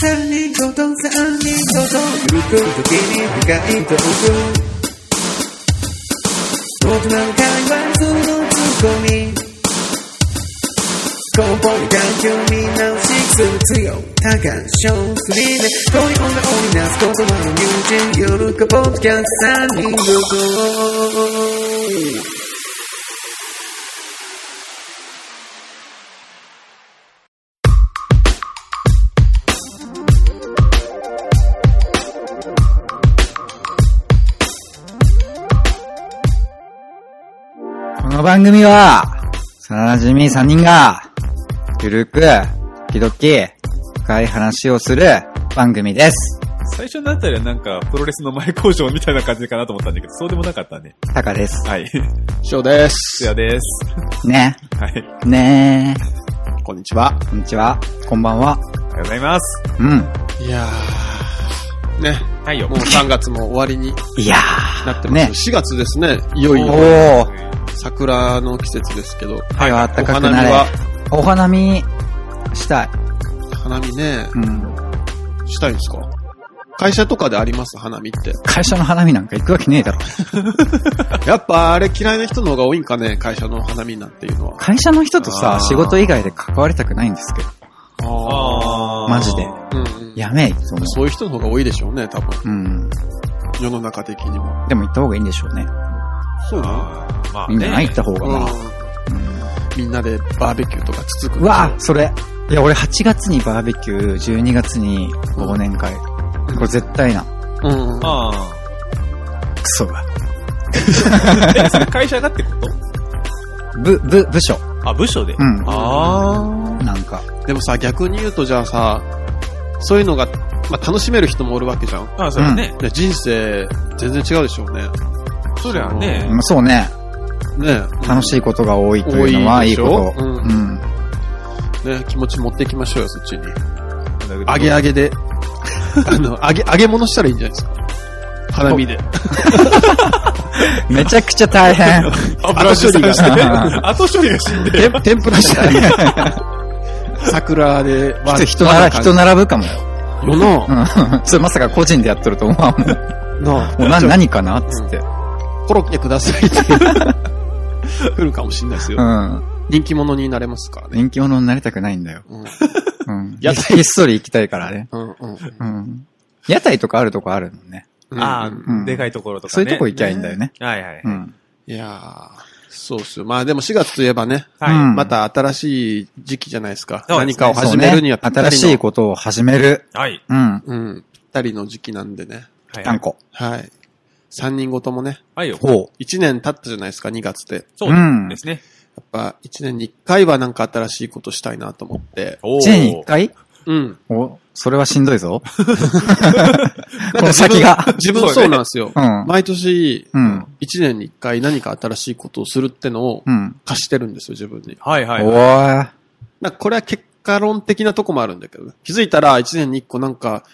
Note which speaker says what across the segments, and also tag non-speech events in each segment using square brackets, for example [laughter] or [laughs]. Speaker 1: 三人ごと三人ごとゆく時に深いトーク僕なんかはそのツッコミ根本環境見直しする強多感症フリーで恋女を織りなす言葉の友人夜かポッドキャスト三人ごと
Speaker 2: この番組は、幼馴染み3人が、ゆるく、時々、深い話をする番組です。
Speaker 3: 最初のあたりはなんか、プロレスの前工場みたいな感じかなと思ったんだけど、そうでもなかったね。
Speaker 2: タカです。
Speaker 3: はい。
Speaker 4: ショーで
Speaker 3: つ
Speaker 4: す。
Speaker 3: やです。
Speaker 2: ね。
Speaker 3: はい。ありが
Speaker 2: ね
Speaker 4: こんにちは。
Speaker 2: ー。こんにちは。こんばんは。
Speaker 3: とうございます。
Speaker 2: うん。
Speaker 4: いやー。ね。
Speaker 3: はいよ
Speaker 4: もう。3月も終わりに
Speaker 2: いや
Speaker 4: なってま
Speaker 2: ね
Speaker 4: す。4月ですね。いよい
Speaker 2: ー。
Speaker 4: よ
Speaker 2: おー。
Speaker 4: 桜の季節ですけど。
Speaker 2: はい、あった
Speaker 4: お
Speaker 2: かく
Speaker 4: 花見
Speaker 2: なれ。
Speaker 4: は、
Speaker 2: お花見、したい。
Speaker 4: 花見ね、
Speaker 2: うん。
Speaker 4: したいんですか会社とかであります花見って。
Speaker 2: 会社の花見なんか行くわけねえだろ。
Speaker 4: やっぱあれ嫌いな人の方が多いんかね会社の花見なんていうのは。
Speaker 2: 会社の人とさ
Speaker 4: あ、ー
Speaker 2: 仕事以外で関わりたくないんですけど。
Speaker 3: あー
Speaker 2: マジで
Speaker 4: うんうん。
Speaker 2: やめえ、いつも。
Speaker 4: そういう人の方が多いでしょうね、多分。
Speaker 2: うん。
Speaker 4: 世の中的にも。
Speaker 2: でも行った方がいいんでしょうね。
Speaker 4: そう
Speaker 3: あーまあ、
Speaker 2: いいんじゃない行
Speaker 3: ね
Speaker 2: った方がまあ。うん
Speaker 4: みんなでバーベキューとかつつく。
Speaker 2: うわあそれ。いや、俺8月にバーベキュー、12月に忘年会。
Speaker 4: うん
Speaker 2: これ絶対な。
Speaker 4: うんうん。
Speaker 3: あ
Speaker 2: クソが。
Speaker 3: ー。え、それ会社がってこ
Speaker 2: ぶ、ぶ、部署。
Speaker 3: とあ、部署で。
Speaker 2: うん。
Speaker 3: あ
Speaker 2: なんか。
Speaker 4: でもさ、逆に言うとじゃあさ、そういうのが、まあ、楽しめる人もおるわけじゃん。
Speaker 3: あ。あ、それはね。
Speaker 4: で人生、全然違うでしょうね。
Speaker 3: それはね
Speaker 2: ま。あそうね。
Speaker 4: ね
Speaker 2: 楽しいことが多いというの
Speaker 4: 多
Speaker 2: は、い
Speaker 4: いで
Speaker 2: い
Speaker 4: しょ
Speaker 2: こと。
Speaker 4: う
Speaker 2: うんん。
Speaker 4: ね、気持ち持っていきましょうよ、そっちに。
Speaker 3: あ
Speaker 4: 揚げ揚
Speaker 2: [laughs]
Speaker 4: げで。あの、揚げ、揚げ物したらいいんじゃないですか。花見で。
Speaker 2: めちゃくちゃ大変。 [laughs]
Speaker 3: 油処理がしてね。
Speaker 2: うん
Speaker 3: 後処理が死んで。
Speaker 4: 天天ぷらした
Speaker 2: [laughs]
Speaker 4: らいい。桜で、わ
Speaker 2: 人人なら、人。並ぶかもよ。 [laughs]
Speaker 4: よの
Speaker 2: う、ん。それまさか個人でやっとると思 [laughs] わんもん。も
Speaker 4: の、
Speaker 2: うな、何かなっつって。
Speaker 4: コロッケくださいって。
Speaker 2: [laughs]
Speaker 4: 来るかもしれないです
Speaker 2: う
Speaker 4: よ。
Speaker 2: ん。
Speaker 4: 人気者になれますからね。
Speaker 2: 人気者になりたくないんだよ。
Speaker 4: うん。
Speaker 2: うん。ひ
Speaker 4: 屋
Speaker 2: っ
Speaker 4: 台
Speaker 2: そり行きたいからね。
Speaker 4: うんうん。
Speaker 2: うん。屋台とかあるとこあるのね。
Speaker 4: うん
Speaker 3: あ
Speaker 2: うん
Speaker 3: あ、でかいところとかね。
Speaker 2: そういうとこ行きゃいいんだよね。
Speaker 3: はいはい。
Speaker 2: うん。
Speaker 4: いやー、そうっすよ。まあでも4月といえばね、
Speaker 3: は
Speaker 2: うん
Speaker 3: い。
Speaker 4: また新しい時期じゃないですか。
Speaker 3: そうで
Speaker 4: 何
Speaker 3: すね
Speaker 4: かを始めるには
Speaker 2: そうね新しい
Speaker 4: と。
Speaker 2: ことを始める。
Speaker 3: はい。
Speaker 2: うん。
Speaker 4: うん。ぴったりの時期なんでね。
Speaker 3: はい
Speaker 2: あん。こ。
Speaker 4: はい。3人ごともね、
Speaker 3: はいよ。
Speaker 2: ほう。
Speaker 4: 1年経ったじゃないですか、2月って。
Speaker 3: そうですね。
Speaker 4: やっぱ1年に1回はなんか新しいことしたいなと思って。
Speaker 3: お
Speaker 2: 一年に一回
Speaker 4: うん。
Speaker 2: お、それはしんどいぞ。
Speaker 4: なん
Speaker 2: この先が。
Speaker 4: 自分自分
Speaker 3: そう
Speaker 4: そ
Speaker 3: ね
Speaker 4: うなんですよ。
Speaker 2: うん。
Speaker 4: 毎年、
Speaker 2: うん
Speaker 4: 1年に1回何か新しいことをするってのを
Speaker 2: うん。
Speaker 4: 貸してるんですよ、自分に。
Speaker 3: はいはい。
Speaker 2: おー。
Speaker 4: なんかこれは結果論的なとこもあるんだけどね。気づいたら一年に一個なんか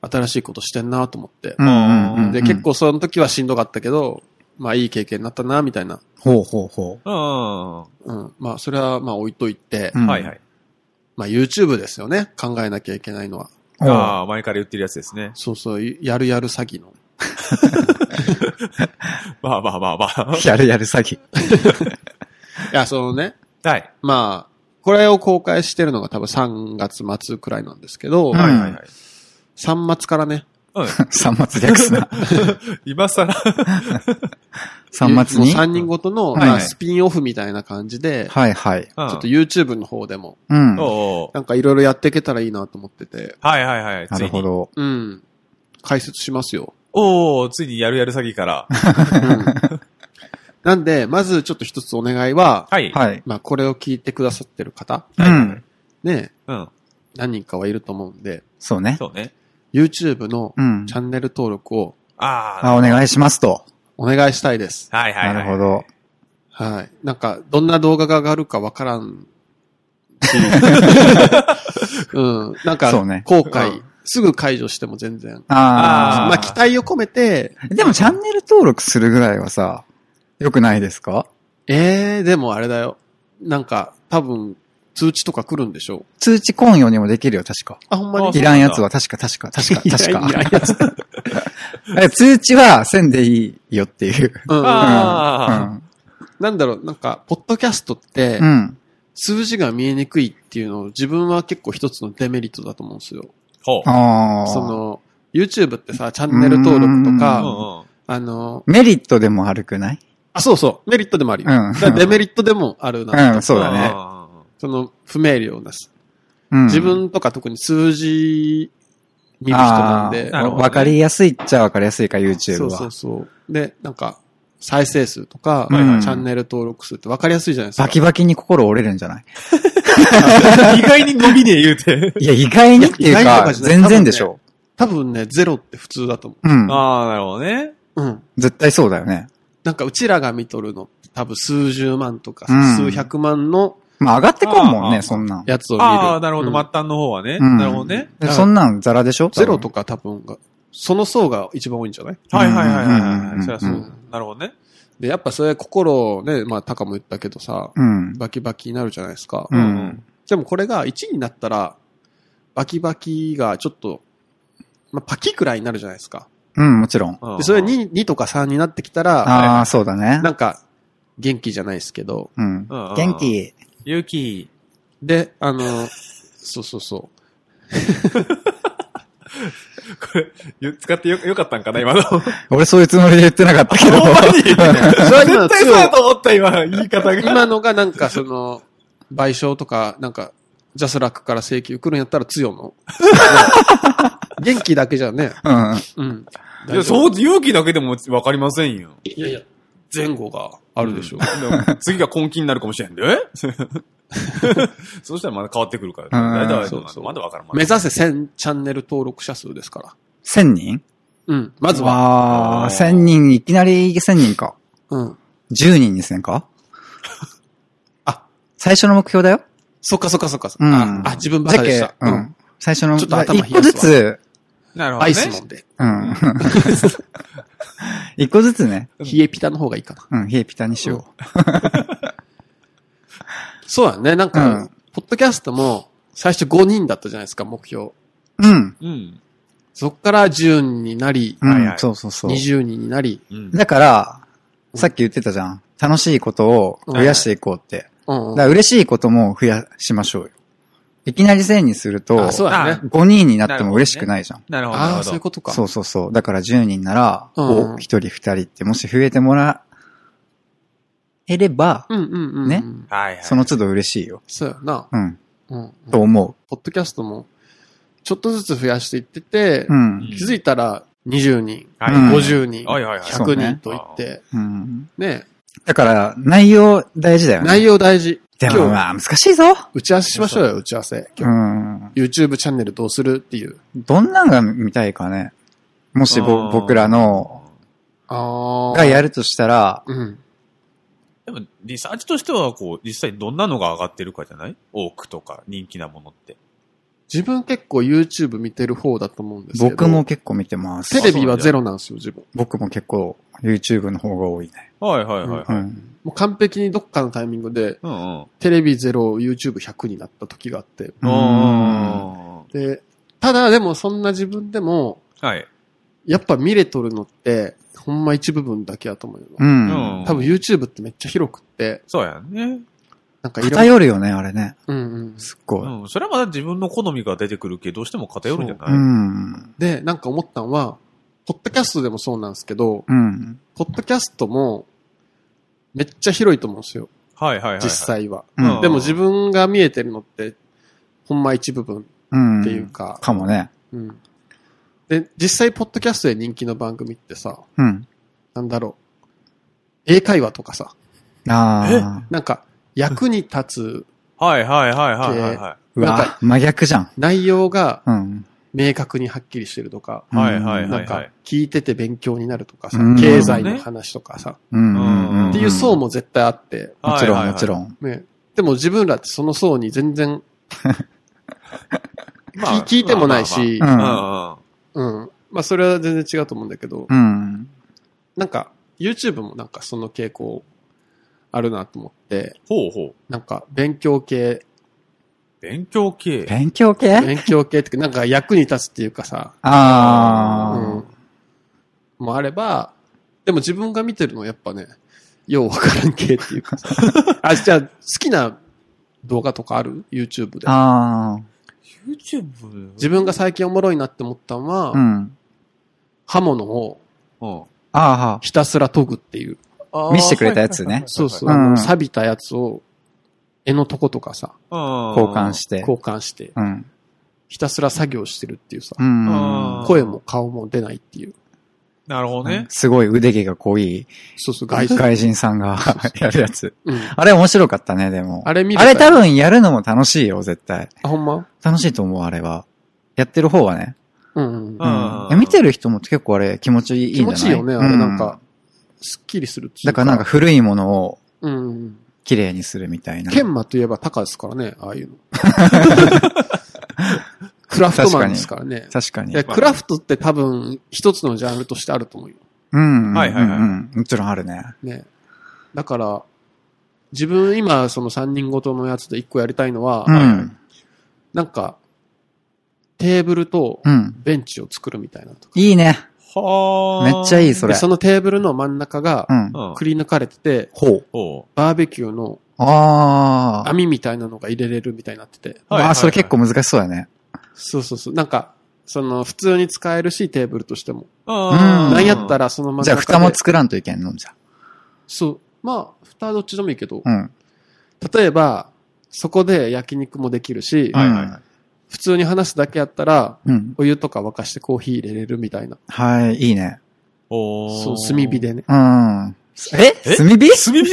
Speaker 4: 新しいことしてんなと思って
Speaker 2: う。んうんうん。
Speaker 4: で、結。構その時はしんどかったけど、まあいい経験になったなみたいな。
Speaker 2: ほうほうほ
Speaker 3: うん。は
Speaker 4: うん。まあそれはまあ置いといて、
Speaker 2: う。うん
Speaker 3: いはい。。
Speaker 4: まあ YouTube ですよね。考えなきゃいけないのは。
Speaker 2: おー
Speaker 3: ああ、前から言ってるやつですね。
Speaker 4: そうそう、やるやる詐欺の。
Speaker 3: まあまあまあまあ。
Speaker 2: やるやる詐欺。 [laughs]
Speaker 4: いや、そのね、
Speaker 3: はい。
Speaker 4: まあ、これを公開してるのが多分3月末くらいなんですけど、
Speaker 2: うん
Speaker 3: はいはいはい。
Speaker 4: 3月からね、
Speaker 2: [laughs]
Speaker 3: うん。
Speaker 2: 三末略す
Speaker 3: [laughs]
Speaker 2: な。
Speaker 3: 今更。
Speaker 2: 三末に。
Speaker 4: 3人ごとの、
Speaker 2: はい
Speaker 4: まあスピンオフみたいな感じで、
Speaker 2: はいはい。
Speaker 3: ちょ
Speaker 4: ちょっと YouTube の方でも
Speaker 2: うん。
Speaker 3: おうおう
Speaker 4: なんかいろいろやっていけたらいいなと思ってて。
Speaker 3: はいはいはい。
Speaker 2: な
Speaker 3: つい
Speaker 2: る
Speaker 3: に
Speaker 2: ほ。ど。
Speaker 4: うん。解説しま
Speaker 2: [laughs]
Speaker 4: すよ。
Speaker 3: おおついにやるやる詐欺から。
Speaker 4: うん、なんで、まずちょっと一つお願いは、
Speaker 3: はい。い。
Speaker 2: はい。
Speaker 4: まあこれを聞いてくださってる方、
Speaker 2: うん。
Speaker 4: ね、
Speaker 3: うん。
Speaker 4: 何人かはいると思うんで、
Speaker 2: そうね。
Speaker 3: そうね。
Speaker 4: YouTube の
Speaker 2: うん
Speaker 4: チ。ャンネル登録を
Speaker 3: あ
Speaker 2: あ、お願いしますと。
Speaker 4: お願いしたいです。
Speaker 3: あ。はいはい
Speaker 2: な
Speaker 3: はい。
Speaker 2: るほ。ど。
Speaker 4: はい。なんか、どんな動画が上がるかわから
Speaker 2: [laughs]
Speaker 4: んし。うん。なんか、
Speaker 2: そうね
Speaker 4: 後悔、すぐ解除しても全然。
Speaker 2: あ
Speaker 3: ー
Speaker 4: まあ期待を込めて、
Speaker 2: あ。でもチャンネル登録するぐらいはさ、良くないですか
Speaker 4: ええでもあれだよ。なんか、多分、通知とか来るんでしょう
Speaker 2: 通知来んようにもできるよ、確か。
Speaker 4: あ、ほんまに
Speaker 3: あ
Speaker 2: いらんやつは、確か、確か、確か、確
Speaker 4: いやい
Speaker 2: か。
Speaker 4: やいやつ
Speaker 2: え通知はせんでいいよっていう。
Speaker 4: うん。
Speaker 3: あ
Speaker 4: なんだろう、なんか、ポッドキャストって
Speaker 2: う、ん。
Speaker 4: 数字が見えにくいっていうのを自分は結構一つのデメリットだと思うんですよ。
Speaker 3: あ。ほう。
Speaker 2: ああ。
Speaker 4: その、YouTube ってさ、チャンネル登録と
Speaker 2: う
Speaker 4: か、
Speaker 3: うんうん。
Speaker 4: あの、
Speaker 2: メリットでも悪くない
Speaker 4: あ、そうそう、メリットでもあるよ。
Speaker 2: うん
Speaker 4: だからデメリットでもあるな。
Speaker 2: うん、そうだね。
Speaker 3: ね。
Speaker 4: その、不明瞭なし。
Speaker 2: うん
Speaker 4: 自分とか特に数字見る人なんで。
Speaker 2: あ
Speaker 3: な
Speaker 2: ー
Speaker 3: るほどね
Speaker 2: わかりやすいっちゃわかりやすいか、
Speaker 4: そ
Speaker 2: YouTube
Speaker 4: うそう
Speaker 2: は。
Speaker 4: そう。で、なんか、再生数とか、
Speaker 2: はいはい
Speaker 4: チャンネル登録数ってわかりやすいじゃないですか。
Speaker 2: バキバキに心折れるんじゃ
Speaker 4: [laughs]
Speaker 2: ない
Speaker 3: 意外に伸びねえ言うて。
Speaker 2: いや、意外にっていう
Speaker 4: いや意外と
Speaker 2: か、
Speaker 4: かじゃない
Speaker 2: 全然でしょ。
Speaker 4: 多分ね、ゼロって普通だと思
Speaker 2: うん。
Speaker 3: ああ、なるほどね。
Speaker 4: う。うん。
Speaker 2: 絶対そうだよね。
Speaker 4: なんか、うちらが見とるのって多分数十万とかさ、
Speaker 2: うん
Speaker 4: 数百万の
Speaker 2: まあ、上がってこんもん
Speaker 3: あ
Speaker 2: ね、
Speaker 3: ー
Speaker 2: そんなん。
Speaker 4: やつを見る。
Speaker 3: ああ、なるほど。
Speaker 4: うん
Speaker 3: 末端の方はね。
Speaker 2: うん
Speaker 3: なるほどね。
Speaker 2: でそんなんザラでしょ
Speaker 4: ゼロと
Speaker 2: か。
Speaker 4: か多分が、その層が一番多いんじゃない。
Speaker 3: はいはいはいはい
Speaker 2: うんうんうんう
Speaker 3: は
Speaker 2: ん
Speaker 3: い。そりゃそううんなるほどね。
Speaker 4: で、やっぱそれ心をね、まあ、タカも言ったけどさ、
Speaker 2: うん。
Speaker 4: バキバキになるじゃないですか。
Speaker 2: う。
Speaker 3: うん
Speaker 4: でもこれが1になったら、バキバキがちょっと、まあ、パキくらいになるじゃないですか。
Speaker 2: うん、もちろん。
Speaker 3: うん
Speaker 4: で、それが2、2とか3になってきたら、
Speaker 2: ああ、そうだね
Speaker 4: な。んか、元気じゃないですけど、
Speaker 2: うん。
Speaker 3: うんうん
Speaker 2: 元気。
Speaker 3: 勇気。
Speaker 4: で、
Speaker 2: [laughs]
Speaker 4: あの、そうそうそう。
Speaker 3: これ、ゆ使ってよ、よかったんかな、今の。ほん
Speaker 2: 俺そういうつもりで言ってなかったけ
Speaker 4: [laughs]
Speaker 2: ど。
Speaker 3: まに絶対
Speaker 4: それは今の
Speaker 3: そうだと思った、今、言い方が。
Speaker 4: 今のがなんかその、賠償とか、なんか、ジャスラックから請求来るんやったら強
Speaker 2: [laughs]
Speaker 4: の。元気だけじゃね。
Speaker 2: うん。
Speaker 4: うん。
Speaker 3: [laughs] いや、そう、勇気だけでもわかりませんよ。
Speaker 4: いやいや、前後があるでしょう。
Speaker 3: でも次が根気になるかもしれんで。 [laughs] えそうしたらまだ変わってくるから。
Speaker 2: うん
Speaker 3: 大体は
Speaker 4: そうそう
Speaker 3: まだわからん。ま
Speaker 4: 目
Speaker 3: だ
Speaker 4: 指せ1000チャンネル登録者数ですから。
Speaker 2: 千人
Speaker 4: うん。まずは。
Speaker 2: ああ、
Speaker 3: あー
Speaker 2: 千人、いきなり千人か。
Speaker 4: うん。
Speaker 2: 十人にせんか
Speaker 4: あ、
Speaker 2: 最初の目標だよ。
Speaker 4: そっかそっかそっか。
Speaker 2: うん
Speaker 4: あ、あ自分ばっかりでした。
Speaker 2: じゃけうん。。最初の、
Speaker 4: ちょっと頭
Speaker 2: 一個ずつ、
Speaker 3: なるほ
Speaker 4: ア
Speaker 3: ど
Speaker 4: イス飲
Speaker 3: ね。
Speaker 4: んで。
Speaker 2: うん。 [laughs] 一個ずつね。
Speaker 4: 冷えピタの方がいいかな。
Speaker 2: うん、冷えピタにしよ
Speaker 4: [laughs] そうだね。なん
Speaker 2: う
Speaker 4: か
Speaker 2: ん、
Speaker 4: ポッドキャストも、最初5人だったじゃないですか、目標。
Speaker 2: う。うん。
Speaker 3: うん。
Speaker 4: そっから10人になり、
Speaker 2: う
Speaker 3: はいは
Speaker 2: ん、
Speaker 3: い
Speaker 2: そうそうそう。
Speaker 4: 20人になり、
Speaker 3: うん。
Speaker 2: だから、さっき言ってたじゃん。楽しいことを増やしていこうって。
Speaker 4: うんう
Speaker 2: だ
Speaker 4: ん
Speaker 2: から嬉しいことも増やしましょうよ。いきなり1000にすると、
Speaker 4: あ、そうだね。
Speaker 2: 5人になっても嬉しくないじゃん。
Speaker 3: なるほど。なる
Speaker 4: ああ
Speaker 3: ほど
Speaker 4: ー、そういうことか。
Speaker 2: そうそうそう。だから10人なら、
Speaker 4: うん
Speaker 2: お、1人2人ってもし増えてもらえれば、
Speaker 4: うんうんうんうん。
Speaker 2: ね
Speaker 3: はいはい。
Speaker 2: その都度嬉しいよ。
Speaker 4: そうやな。
Speaker 2: うん。
Speaker 4: うん。
Speaker 2: と思
Speaker 4: ポッドキャストも、ちょっとずつ増やしていってて、
Speaker 2: う。うん。
Speaker 4: 気づいたら20人、
Speaker 3: はい
Speaker 2: うん
Speaker 4: 50人、
Speaker 3: はいはいはい
Speaker 4: 100人といって、
Speaker 2: うん。
Speaker 4: ね
Speaker 2: だから、内容大事だよね。
Speaker 4: 内容大事。
Speaker 2: で
Speaker 4: 今
Speaker 2: も
Speaker 4: 日、
Speaker 2: まあ、難しいぞ。
Speaker 4: 打ち合わせしましょうよ、打ち合わせ。
Speaker 2: う
Speaker 4: 今
Speaker 2: ん。
Speaker 4: 日、YouTube チャンネルどうするっていう。
Speaker 2: どんなんが見たいかね。もし
Speaker 3: あ
Speaker 2: ぼ
Speaker 3: ー
Speaker 2: 僕らの、
Speaker 4: あ
Speaker 2: がやるとしたら、
Speaker 4: うん。
Speaker 3: でも、リサーチとしては、こう、実際どんなのが上がってるかじゃない多くとか、人気なものって。
Speaker 4: 自分結構 YouTube 見てる方だと思うんですけど。
Speaker 2: 僕も。結構見てます
Speaker 4: テ。レビはゼロなんですよ、自分。
Speaker 2: 僕も結構 YouTube の方が多いね。
Speaker 3: はいはいはい。
Speaker 2: う
Speaker 3: はい
Speaker 2: ん。
Speaker 4: もう完璧にどっかのタイミングで、
Speaker 3: うんうん。
Speaker 4: テレビゼロ、YouTube100 になった時があって。
Speaker 2: うん
Speaker 3: あ
Speaker 4: で、ただでもそんな自分でも、
Speaker 3: ーはい。
Speaker 4: やっぱ見れとるのって、ほんま一部分だけやと思うよ。
Speaker 2: うん。
Speaker 4: 多分 YouTube ってめっちゃ広くって、
Speaker 3: そうやんね。
Speaker 4: なんかいろんな、
Speaker 2: 偏るよね、あれね。
Speaker 4: うんうん。
Speaker 2: すっご
Speaker 3: う
Speaker 2: い。
Speaker 3: ん。それはまだ自分の好みが出てくるけど、どうしても偏るんじゃな
Speaker 2: う
Speaker 3: い
Speaker 2: ん。
Speaker 4: で、なんか思ったんは、ポッドキャストでもそうなんですけど、
Speaker 2: うん。
Speaker 4: ポッドキャストも、めっちゃ広いと思うんですよ、
Speaker 3: はいはいはいはい。
Speaker 4: 実。際は。
Speaker 2: うん
Speaker 4: でも自分が見えてるのって、ほんま一部分
Speaker 2: うん。
Speaker 4: っていうか、
Speaker 2: かもね。
Speaker 4: うん。で、実際、ポッドキャストで人気の番組ってさ、
Speaker 2: うん。
Speaker 4: なんだろう、英会話とかさ、
Speaker 2: ああ。
Speaker 4: なんか、役に立つ
Speaker 3: はいはいはいはいはいは
Speaker 2: う
Speaker 4: なん
Speaker 2: わ、真逆じゃん。
Speaker 4: 内容が
Speaker 2: うん。
Speaker 4: 明確にはっきりしてるとか、
Speaker 3: い。はいはいはい
Speaker 4: な
Speaker 3: は
Speaker 4: ん
Speaker 3: いは
Speaker 4: か
Speaker 3: い。、
Speaker 4: 聞いてて勉強になるとかさ
Speaker 2: うん、
Speaker 4: 経済の話とかさ、
Speaker 2: うんうんうん。
Speaker 4: っていう層も絶対あって、
Speaker 2: もちろん、もち
Speaker 3: ん。
Speaker 2: ろん。
Speaker 4: ね、でも自分らってその層に全然
Speaker 3: まあ
Speaker 4: 聞いてもないし、
Speaker 2: まあまあ
Speaker 3: うんうん。
Speaker 4: うん。まあそれは全然違うと思うんだけど、
Speaker 2: うん。
Speaker 4: なんか YouTube もなんかその傾向あるなと思って、
Speaker 3: ほうほう。
Speaker 4: なんか勉強系
Speaker 3: 勉強系。
Speaker 2: 勉強系
Speaker 4: 勉強系って、なんか役に立つっていうかさ、う
Speaker 2: あ
Speaker 4: ん。もあれば、でも自分が見てるのはやっぱね、ようわからん系っていう
Speaker 2: [laughs]
Speaker 4: かさ。あ、じゃあ、好きな動画とかある ?YouTube
Speaker 2: ー。
Speaker 4: で。
Speaker 2: あ
Speaker 3: YouTube?
Speaker 4: 自分が最近おもろいなって思ったのは、
Speaker 2: あ。うん。
Speaker 4: 刃物を
Speaker 3: うん。
Speaker 2: あ
Speaker 4: ひたすら研ぐっていう。
Speaker 3: あー
Speaker 2: 見せてくれたやつね
Speaker 4: そうそう。
Speaker 2: はいはい
Speaker 4: あ
Speaker 2: うん
Speaker 4: の、錆びたやつを、絵のとことかさ、
Speaker 2: あ。
Speaker 3: 交
Speaker 2: 交換して。
Speaker 4: 交換して、
Speaker 2: うん。
Speaker 4: ひたすら作業してるっていうさ
Speaker 2: う、ん。
Speaker 3: あー
Speaker 4: 声も顔も出ないっていう。
Speaker 3: なるほどね。
Speaker 2: すごい腕毛が濃い
Speaker 4: そうそう、外
Speaker 2: 外
Speaker 4: 人。
Speaker 2: 人さん
Speaker 4: [laughs]
Speaker 2: がやるやつ。
Speaker 4: うん。
Speaker 2: あれ面白かったね、でも。
Speaker 4: あれ見る
Speaker 2: あれ多分やるのも楽しいよ、絶対。
Speaker 4: あ、ほんま
Speaker 2: 楽しいと思う、あれは。やってる方はね。
Speaker 4: うん、
Speaker 2: う
Speaker 4: う
Speaker 2: ん
Speaker 4: ん。
Speaker 3: あー。
Speaker 2: え見てる人も結構あれ気持ちいいんじ
Speaker 4: 気
Speaker 2: ゃな
Speaker 4: 持
Speaker 2: い
Speaker 4: ちいいよね、あれなんか。、すっきりするっていう
Speaker 2: だからなんか、古いものを
Speaker 4: うんうん。
Speaker 2: 綺麗にするみたいな。
Speaker 4: 研磨といえば高ですからね、ああ
Speaker 2: [laughs]
Speaker 4: いうの。クラフトマンですからね。
Speaker 2: 確かに
Speaker 4: い。や、クラフトって多分、一つのジャンルとしてあると思うよ。
Speaker 2: うん。
Speaker 3: はいはいはい
Speaker 2: うんうんもちろんあるね。
Speaker 4: ね。だから、自分今、その三人ごとのやつで一個やりたいのは、
Speaker 2: うん。
Speaker 4: なんか、テーブルと
Speaker 2: うん。
Speaker 4: ベンチを作るみたいなのとか。
Speaker 2: いいね。
Speaker 3: は
Speaker 2: めっちゃいい、そ
Speaker 4: で、
Speaker 2: れ。
Speaker 4: そのテーブルの真ん中が
Speaker 2: うん。
Speaker 3: うん
Speaker 4: くり抜かれてて、
Speaker 2: ほう。
Speaker 3: ほ
Speaker 4: バーベキューの
Speaker 2: あー。
Speaker 4: 網みたいなのが入れれるみたいになってて。
Speaker 3: うはいはい
Speaker 2: ま
Speaker 3: は
Speaker 2: あ、
Speaker 3: い
Speaker 2: それ結構難しそうだね。
Speaker 4: そうそうそう。なんか、その、普通に使えるし、テーブルとしても。
Speaker 2: う
Speaker 3: う。
Speaker 2: ん
Speaker 4: なんやった
Speaker 3: ら。
Speaker 4: ら、その真ん中で
Speaker 2: じゃあ、蓋も作らんといけんのじゃ。
Speaker 4: そう。まあ、蓋はどっちでもいいけど、
Speaker 2: うん。
Speaker 4: 例えば、そこで焼肉もできるし、
Speaker 3: はいはいは
Speaker 4: 普通に話すだけやったら、
Speaker 2: うん。
Speaker 4: お湯とか沸かしてコーヒー入れれるみたいな。
Speaker 2: はい、いいね。
Speaker 3: おー
Speaker 4: そう、炭火。でね。
Speaker 2: うん。え
Speaker 3: え
Speaker 2: 炭火
Speaker 3: 炭火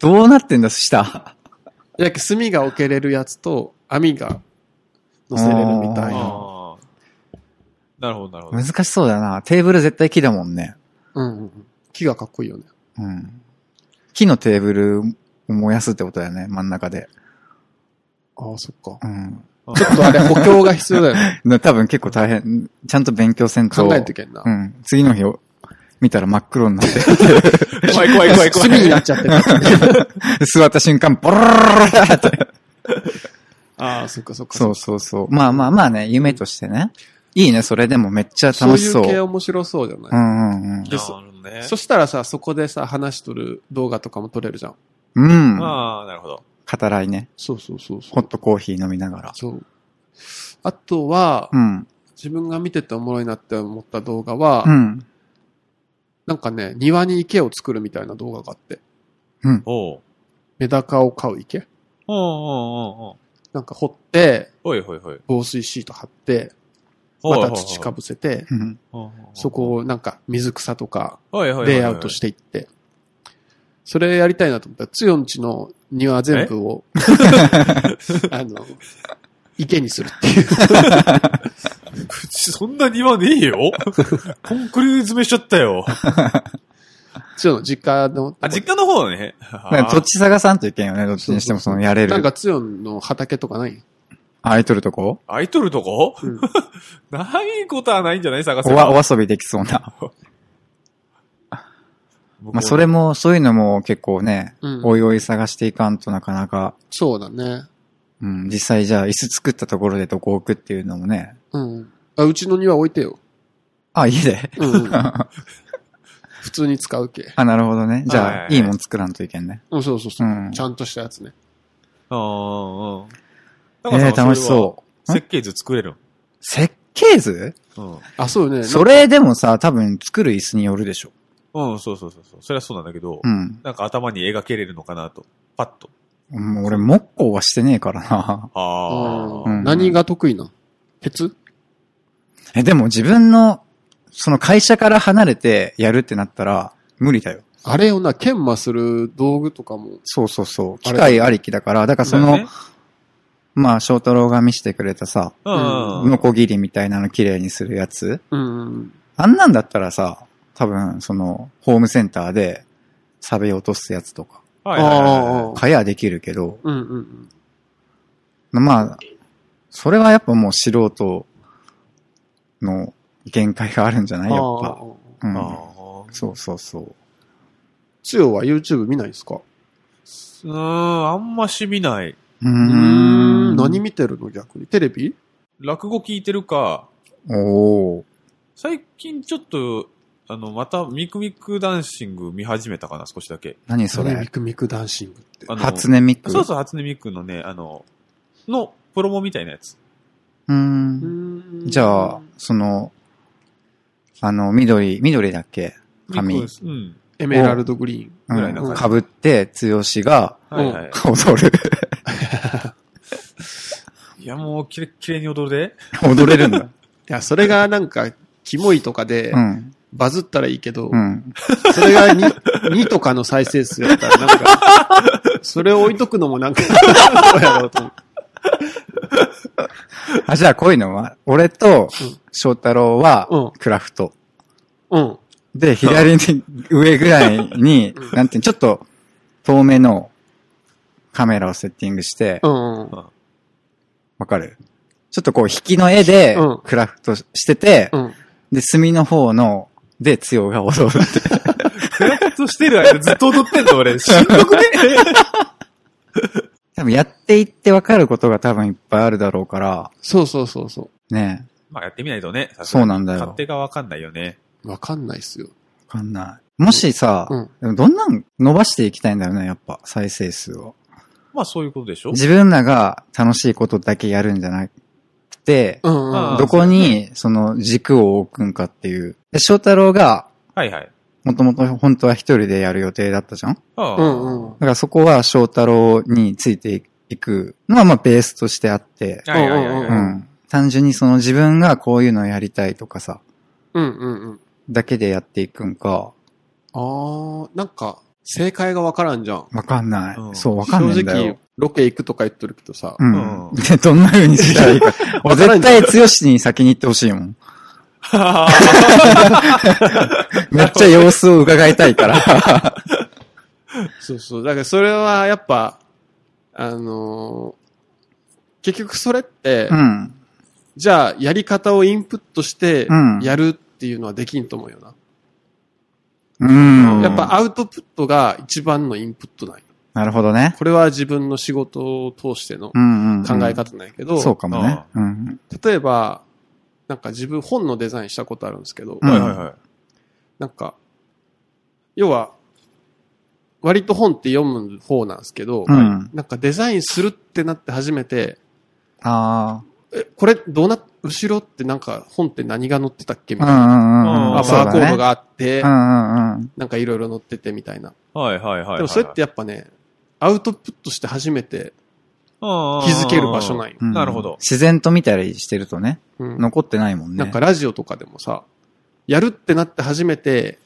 Speaker 2: どうなってんだ、下。
Speaker 4: だけど炭が置けれるやつと、網が乗せれるみたいな。
Speaker 3: あーなるほど、なるほど。
Speaker 2: 難しそうだな。テーブル絶対木だもんね。
Speaker 4: うんうん。木がかっこいいよね。
Speaker 2: うん。木のテーブルを燃やすってことだよね、真ん中で。
Speaker 4: ああ、そっか。
Speaker 2: うん。
Speaker 4: ちょっとあれ、補強が必要だ
Speaker 2: [laughs]
Speaker 4: よね。
Speaker 2: な多分結構大変。ちゃんと勉強せんと。
Speaker 4: 考えんといけんな。
Speaker 2: うん。次の日を見たら真っ黒になって、
Speaker 3: 怖い怖い怖い怖
Speaker 4: 炭
Speaker 3: い。
Speaker 4: になっちゃってる。
Speaker 2: 座った瞬間、ボロロロロロって。
Speaker 4: [laughs] ああ、そっかそっか。
Speaker 2: そうそうそう。まあまあまあね、夢としてね。いいね、それでもめっちゃ楽しそう。
Speaker 4: いう系
Speaker 2: う
Speaker 4: 面白そうじゃない、
Speaker 2: んうん
Speaker 4: です
Speaker 3: なるほどね。
Speaker 4: [laughs] そしたらさ、そこでさ、話しとる動画とかも撮れるじゃん。
Speaker 2: うん。うん。
Speaker 3: ああ、なるほど。
Speaker 2: 語らいね。
Speaker 4: そうそうそうそ
Speaker 2: ホッ
Speaker 4: う。
Speaker 2: トコーヒー飲みながら。
Speaker 4: そう。あとは、
Speaker 2: うん。
Speaker 4: 自分が見てておもろいなって思った動画は、
Speaker 2: うん。
Speaker 4: なんかね、庭に池を作るみたいな動画があって、
Speaker 2: うん。
Speaker 3: おう。
Speaker 4: メダカを飼う池
Speaker 3: おうおうおうおう
Speaker 4: なんか掘って、
Speaker 3: ほいほいほい。
Speaker 4: 防水シート貼って、
Speaker 3: ほ
Speaker 4: ま
Speaker 3: い
Speaker 4: た土かぶせて、
Speaker 2: うん。
Speaker 3: ほいほい
Speaker 4: そこをなんか水草とか、
Speaker 3: ほいほいほいほい
Speaker 4: レイアウトしていって、それやりたいなと思ったら、つよんちの庭全部を、 [laughs] あの、池にするっていう。
Speaker 3: うちそんな庭ねえよ。コンクリート詰めしちゃったよ。
Speaker 4: つよの実家の、
Speaker 3: あ、実家の方ね。あ
Speaker 2: なん
Speaker 3: ー
Speaker 2: か土地探さんといけんよね、どっちにしてもそのやれ
Speaker 4: なん
Speaker 2: る。
Speaker 4: かつよんの畑とかない
Speaker 2: 空いとるとこ
Speaker 3: 空いとるとこ
Speaker 4: うん
Speaker 3: ないことはないんじゃない探せ
Speaker 2: お
Speaker 3: ば
Speaker 2: わ、お遊びできそうな。
Speaker 3: 向こう
Speaker 2: まあ、それも、そういうのも結構ね、
Speaker 4: うん
Speaker 2: おいおい探していかんとなかなか、
Speaker 4: そうだね。
Speaker 2: うん、実際じゃあ椅子作ったところでどこ置くっていうのもね。
Speaker 4: うん。あ、うちの庭置いてよ。
Speaker 2: あ、家で [laughs]
Speaker 4: うんうん。普通に使うけ。
Speaker 2: あ、なるほどね。じ
Speaker 3: は
Speaker 2: ゃ
Speaker 3: いは
Speaker 2: あ、
Speaker 3: いはい
Speaker 2: いいもん作らんといけんね。
Speaker 4: うん、そうそうそう。
Speaker 2: うん
Speaker 4: ちゃんとしたやつね。
Speaker 3: あーうん。
Speaker 2: え
Speaker 3: 高さんは
Speaker 2: ー、楽しそう。
Speaker 3: それは設計図作れる
Speaker 2: 設計図
Speaker 3: の
Speaker 4: あ、そうよね。
Speaker 2: それでもさ、多分作る椅子によるでしょ。
Speaker 3: うん。うん、そうそうそうそう。それはそうなんだけど
Speaker 2: う、ん。
Speaker 3: なんか頭に描けれるのかなと。パッと。
Speaker 2: もう俺、木工はしてねえからな。
Speaker 3: あ
Speaker 4: う
Speaker 3: あ。
Speaker 4: ん
Speaker 2: うん
Speaker 4: 何が得意なん鉄
Speaker 2: え、でも自分の、その会社から離れてやるってなったら、無理だよ。
Speaker 4: あれをな、研磨する道具とかも。
Speaker 2: そうそうそう。
Speaker 4: あ
Speaker 2: 機
Speaker 4: れ
Speaker 2: 械ありきだから、だからそ
Speaker 3: だよ
Speaker 2: の、
Speaker 3: ね
Speaker 2: まあ、翔太郎が見せてくれたさ、
Speaker 3: うんうん。
Speaker 2: ノコギリみたいなの綺麗にするやつ。
Speaker 4: うん。
Speaker 2: あんなんだったらさ、多分、その、ホームセンターで、サビ落とすやつとか、
Speaker 3: はいはいはいはい
Speaker 4: ああ。
Speaker 2: かやできるけど、
Speaker 4: うんうんうん。
Speaker 2: まあ、それはやっぱもう素人の限界があるんじゃないやっぱ。
Speaker 4: ああ。
Speaker 2: うん。
Speaker 3: あー
Speaker 2: そうそうそう。
Speaker 4: つよは YouTube 見ないですか
Speaker 3: うーん、あんまし見ない。
Speaker 2: うー
Speaker 4: う
Speaker 2: うん
Speaker 4: 何見てるの逆に。テレビ
Speaker 3: 落語聞いてるか、
Speaker 2: おー。
Speaker 3: 最近ちょっと、あの、また、ミクミクダンシング見始めたかな、少しだけ。
Speaker 2: 何そ
Speaker 4: ミ
Speaker 2: れ
Speaker 4: クミクダンシングって。
Speaker 3: あの
Speaker 2: 初音ミク
Speaker 3: そうそう、初音ミクのね、あの、の、プロモみたいなやつ。
Speaker 2: うーん。じゃあ、その、あの、緑、緑だっけ髪
Speaker 3: ミクうん。
Speaker 4: エメラルドグリー
Speaker 2: う
Speaker 4: ン。
Speaker 3: ぐらいな感
Speaker 2: ん。
Speaker 3: じ
Speaker 2: かぶって、つよしが、
Speaker 3: はいはい。
Speaker 2: 踊る。
Speaker 3: いや、もう、きれ、きれいに踊るで。
Speaker 2: 踊れるんだ。
Speaker 4: いや、それがなんか、キモいとかで
Speaker 2: [laughs] う、ん。
Speaker 4: バズったらいいけど
Speaker 2: う、ん。
Speaker 4: それが [laughs] 2, 2とかの再生数やったら、なんか、それを置いとくのも
Speaker 2: [laughs]
Speaker 4: なんか、どうやろうと思って。
Speaker 2: あ、じゃあ、こういうのは、俺と
Speaker 4: うん、
Speaker 2: 翔太郎は
Speaker 4: うん、
Speaker 2: クラフト。
Speaker 4: うん。
Speaker 2: で、左に、上ぐらいに
Speaker 4: うん、
Speaker 2: なんていうのちょっと、遠目のカメラをセッティングして、
Speaker 4: うんうん。
Speaker 2: わかるちょっとこう、引きの絵で
Speaker 4: うん、
Speaker 2: クラフトしてて、
Speaker 4: うん。
Speaker 2: で、墨の方の、で、つよが [laughs] 踊るって。
Speaker 3: としてる間ずっと踊ってんの、俺。しんどくね [laughs]
Speaker 2: 多分、やっていってわかることが多分いっぱいあるだろうから、
Speaker 4: そうそうそうそ
Speaker 2: ね
Speaker 3: まあ、やってみないとね。さすが
Speaker 2: そう
Speaker 3: に
Speaker 2: なんだよ
Speaker 3: 勝。手がわかんないよね。
Speaker 4: う。わかんないっすよ。
Speaker 2: わかんない。もしさ、
Speaker 4: うん
Speaker 2: でもどんなん伸ばしていきたいんだよね、やっぱ、再生数を。
Speaker 3: まあ、そういうことでしょ
Speaker 2: 自分らが楽しいことだけやるんじゃなくて、
Speaker 4: うんう
Speaker 3: あ
Speaker 4: ん。
Speaker 3: あ
Speaker 2: どこにその軸を置くんかっていう。で、翔太郎が、
Speaker 3: はいはい。
Speaker 2: もともと本当は一人でやる予定だったじゃんだ
Speaker 3: ああ
Speaker 4: うんうん。
Speaker 2: からそこは翔太郎についていくのはまあベースとしてあって、
Speaker 3: はいはいはいは
Speaker 4: う
Speaker 2: う
Speaker 3: い。
Speaker 4: ん
Speaker 3: うん
Speaker 2: ん。単純にその自分がこういうのをやりたいとかさ、
Speaker 4: うんうんうん。
Speaker 2: だけでやっていくんか、
Speaker 4: あー、なんか、正解がわからんじゃん。
Speaker 2: わかんない。
Speaker 3: うん
Speaker 2: そう、わかんないんだ
Speaker 4: 正
Speaker 2: よ
Speaker 4: 直。、ロケ行くとか言ってるけどさ、
Speaker 2: うん。
Speaker 3: うん
Speaker 2: で、どんな風にしたらいいか。俺絶対強しに先に行ってほしいもん。めっちゃ様子を伺いたいから。
Speaker 4: そうそう。だからそれはやっぱ、あのー結局それって、
Speaker 2: うん。
Speaker 4: じゃあやり方をインプットして
Speaker 2: うん、
Speaker 4: やるっていうのはできんと思うよな。
Speaker 2: うん。
Speaker 4: やっぱアウトプットが一番のインプットなんよ
Speaker 2: なるほどね。
Speaker 4: これは自分の仕事を通しての
Speaker 2: うんうん、
Speaker 4: 考え方なんやけど、
Speaker 2: そうかもね。うん。
Speaker 4: 例えば、なんか自分本のデザインしたことあるんですけど、
Speaker 2: うん
Speaker 3: はいはいはい。
Speaker 4: なんか、要は、割と本って読む方なんですけど、
Speaker 2: うん
Speaker 4: なんかデザインするってなって初めて、
Speaker 2: あ
Speaker 4: え、これどうな、後ろってなんか本って何が載ってたっけみ
Speaker 2: あ。う
Speaker 4: たいな。
Speaker 2: んうんうん。
Speaker 4: あ、
Speaker 3: あ
Speaker 2: そう
Speaker 4: バー
Speaker 2: だ
Speaker 4: コ
Speaker 2: ね
Speaker 4: ードがあって、
Speaker 2: うんうんうん。
Speaker 4: なんかいろいろ載っててみたいな。
Speaker 3: はいはいはいはい。
Speaker 4: でもそれってやっぱね、アウトプットして初めて気
Speaker 3: 気
Speaker 4: づける場所なんよ。
Speaker 2: うん
Speaker 3: なるほど
Speaker 2: 自然と見たりしてるとね、
Speaker 4: うん
Speaker 2: 残ってないもんね。
Speaker 4: なんかラジオとかでもさ、やるってなって初めて、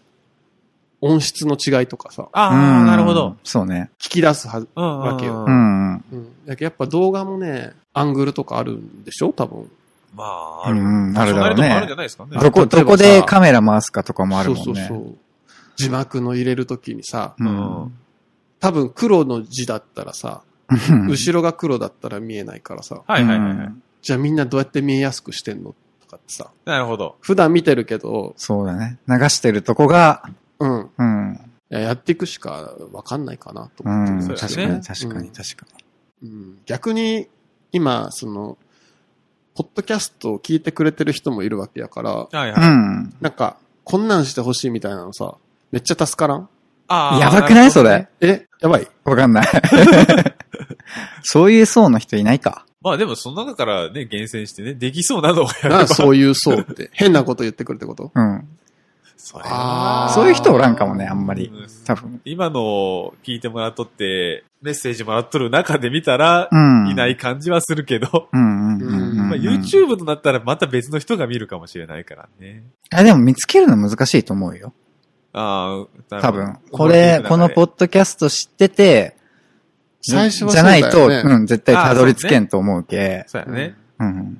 Speaker 4: 音質の違いとかさ、
Speaker 3: あ
Speaker 2: う
Speaker 3: あ、
Speaker 2: ん
Speaker 3: なるほど。。
Speaker 2: そうね。
Speaker 4: 聞き出すはず。わ
Speaker 3: わ
Speaker 4: け
Speaker 2: う。ん
Speaker 4: よ
Speaker 2: うん。
Speaker 4: うん。だけどやっぱ動画もね、アングルとかあるんでしょ多分。
Speaker 3: まあ、
Speaker 2: う
Speaker 3: ある。
Speaker 2: んうんあるだろうね
Speaker 3: そなりともあるんじゃないですかね。
Speaker 2: どこ、どこでカメラ回すかとかもあるもんね。
Speaker 4: そうそうそう。字幕の入れるときにさ、
Speaker 2: う
Speaker 3: うん
Speaker 2: ん。
Speaker 4: 多分黒の字だったらさ、後ろが黒だったら見えないからさ、
Speaker 3: はいはいはいは
Speaker 2: う
Speaker 3: い。
Speaker 2: ん
Speaker 4: じゃあみんなどうやって見えやすくしてんのとかってさ、
Speaker 3: なるほど。
Speaker 4: 普段見てるけど、
Speaker 2: そうだね。流してるとこが、
Speaker 4: うん。
Speaker 2: うん。
Speaker 4: いややっていくしかわかんないかなと
Speaker 2: う
Speaker 4: 思ってる
Speaker 2: ん。
Speaker 4: ん
Speaker 3: そう
Speaker 2: 確
Speaker 3: で
Speaker 2: か
Speaker 3: す
Speaker 2: に、確
Speaker 3: よね
Speaker 2: かに、
Speaker 4: うん
Speaker 2: 確かに。
Speaker 4: うん逆に、今、その、ポッドキャストを聞いてくれてる人もいるわけやから、
Speaker 3: はいうはい。
Speaker 2: ん。
Speaker 4: なんか、こんなんしてほしいみたいなのさ、めっちゃ助からん
Speaker 3: ああ。
Speaker 2: やばくないそ
Speaker 3: れ。
Speaker 2: れ。
Speaker 4: え
Speaker 2: [laughs]
Speaker 4: やばい
Speaker 2: わかんない。そういう層の人いないか。
Speaker 3: まあでも、その中からね、厳選してね、できそうなのを
Speaker 2: [laughs]
Speaker 3: やれ
Speaker 4: な
Speaker 3: ば
Speaker 4: あ、。そういう層って。変なこと言ってくるってこと
Speaker 2: うん。
Speaker 3: それは
Speaker 4: あー
Speaker 2: そういう人おらんかもね、あんまり
Speaker 3: うん。
Speaker 2: 多分。
Speaker 3: 今の聞いてもらっとって、メッセージもらっとる中で見たら
Speaker 2: う、ん。
Speaker 3: いない。感じはするけど、
Speaker 2: うんうんうんうん。
Speaker 4: ま
Speaker 3: まあ YouTube となったらまた別の人が見るかもしれないからね。
Speaker 2: あ、でも見つけるの難しいと思うよ。
Speaker 3: ああ、なる
Speaker 2: 多
Speaker 3: ほど
Speaker 2: 分。これ、このポッドキャスト知ってて、
Speaker 4: 最初は
Speaker 2: じ
Speaker 4: そ
Speaker 2: ゃ
Speaker 4: うだ
Speaker 2: ないと、
Speaker 4: よね。
Speaker 2: うん、絶対たどり着けんと思うけ。
Speaker 3: そうやね。
Speaker 2: うん。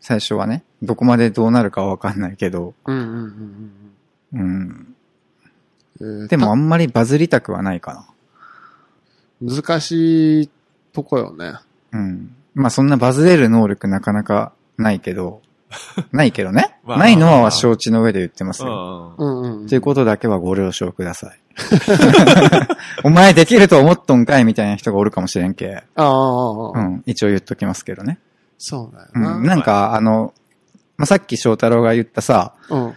Speaker 2: 最初はね、どこまでどうなるかはわかんないけど、
Speaker 4: うんうんうん
Speaker 2: うん。
Speaker 4: うんうん。えー
Speaker 2: でもあ、んまりバズりたくはないか
Speaker 4: た難しいとこよね。
Speaker 2: な。うん。まあそんなバズれる能力なかなかないけど、ないけどね。
Speaker 3: まあ
Speaker 2: ないのは承知の上で言ってます
Speaker 3: う
Speaker 2: よ。
Speaker 3: んうん。
Speaker 4: うんうん。
Speaker 2: ということだけはご了承ください。 [laughs] お前できると思っとんかいみたいな人がおるかもしれんけ。
Speaker 4: ああ、
Speaker 2: う
Speaker 4: ああ
Speaker 2: ん。一応言っときますけどね。
Speaker 4: そうだよ
Speaker 2: う
Speaker 4: な。
Speaker 2: ん。なんか、あの、まあ、さっき翔太郎が言ったさ、
Speaker 4: うん。うん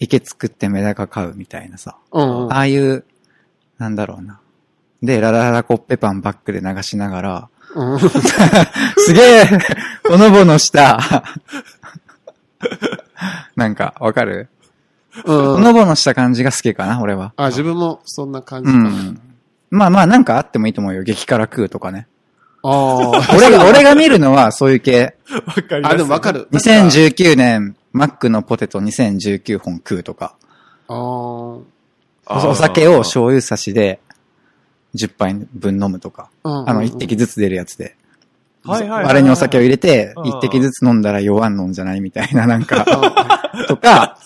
Speaker 2: 池作ってメダカ買うみたいなさ。
Speaker 4: うん。
Speaker 2: ああいう、なんだろうな。で、ララララコッペパンバックで流しなが
Speaker 4: [laughs]
Speaker 2: ら、
Speaker 4: うん
Speaker 2: すげえ、おのぼのした。 [laughs] なんか、わかる
Speaker 4: う
Speaker 2: ほ
Speaker 4: ん。
Speaker 2: のぼのした感じが好きかな、俺は。
Speaker 4: あ、自分もそんな感じ
Speaker 2: う
Speaker 4: かな。
Speaker 2: ん。まあまあ、なんかあってもいいと思うよ。激辛食うとかね。
Speaker 4: ああ。
Speaker 2: 俺が、俺が見るのはそういう系。
Speaker 3: わかります。
Speaker 4: あ、でもわか。る。なんか
Speaker 2: 2019年、マックのポテト2019本食うとか。
Speaker 4: あー
Speaker 2: おお酒を醤油差しで10杯分飲むとか。
Speaker 4: うんうんうん。
Speaker 2: あの、1滴ずつ出るやつで。
Speaker 3: はいはいはい。
Speaker 2: あれにお酒を入れて、
Speaker 3: うん
Speaker 2: 1滴ずつ飲んだら弱んのんじゃないみたいな、なんか。 [laughs]
Speaker 4: あ
Speaker 2: とか、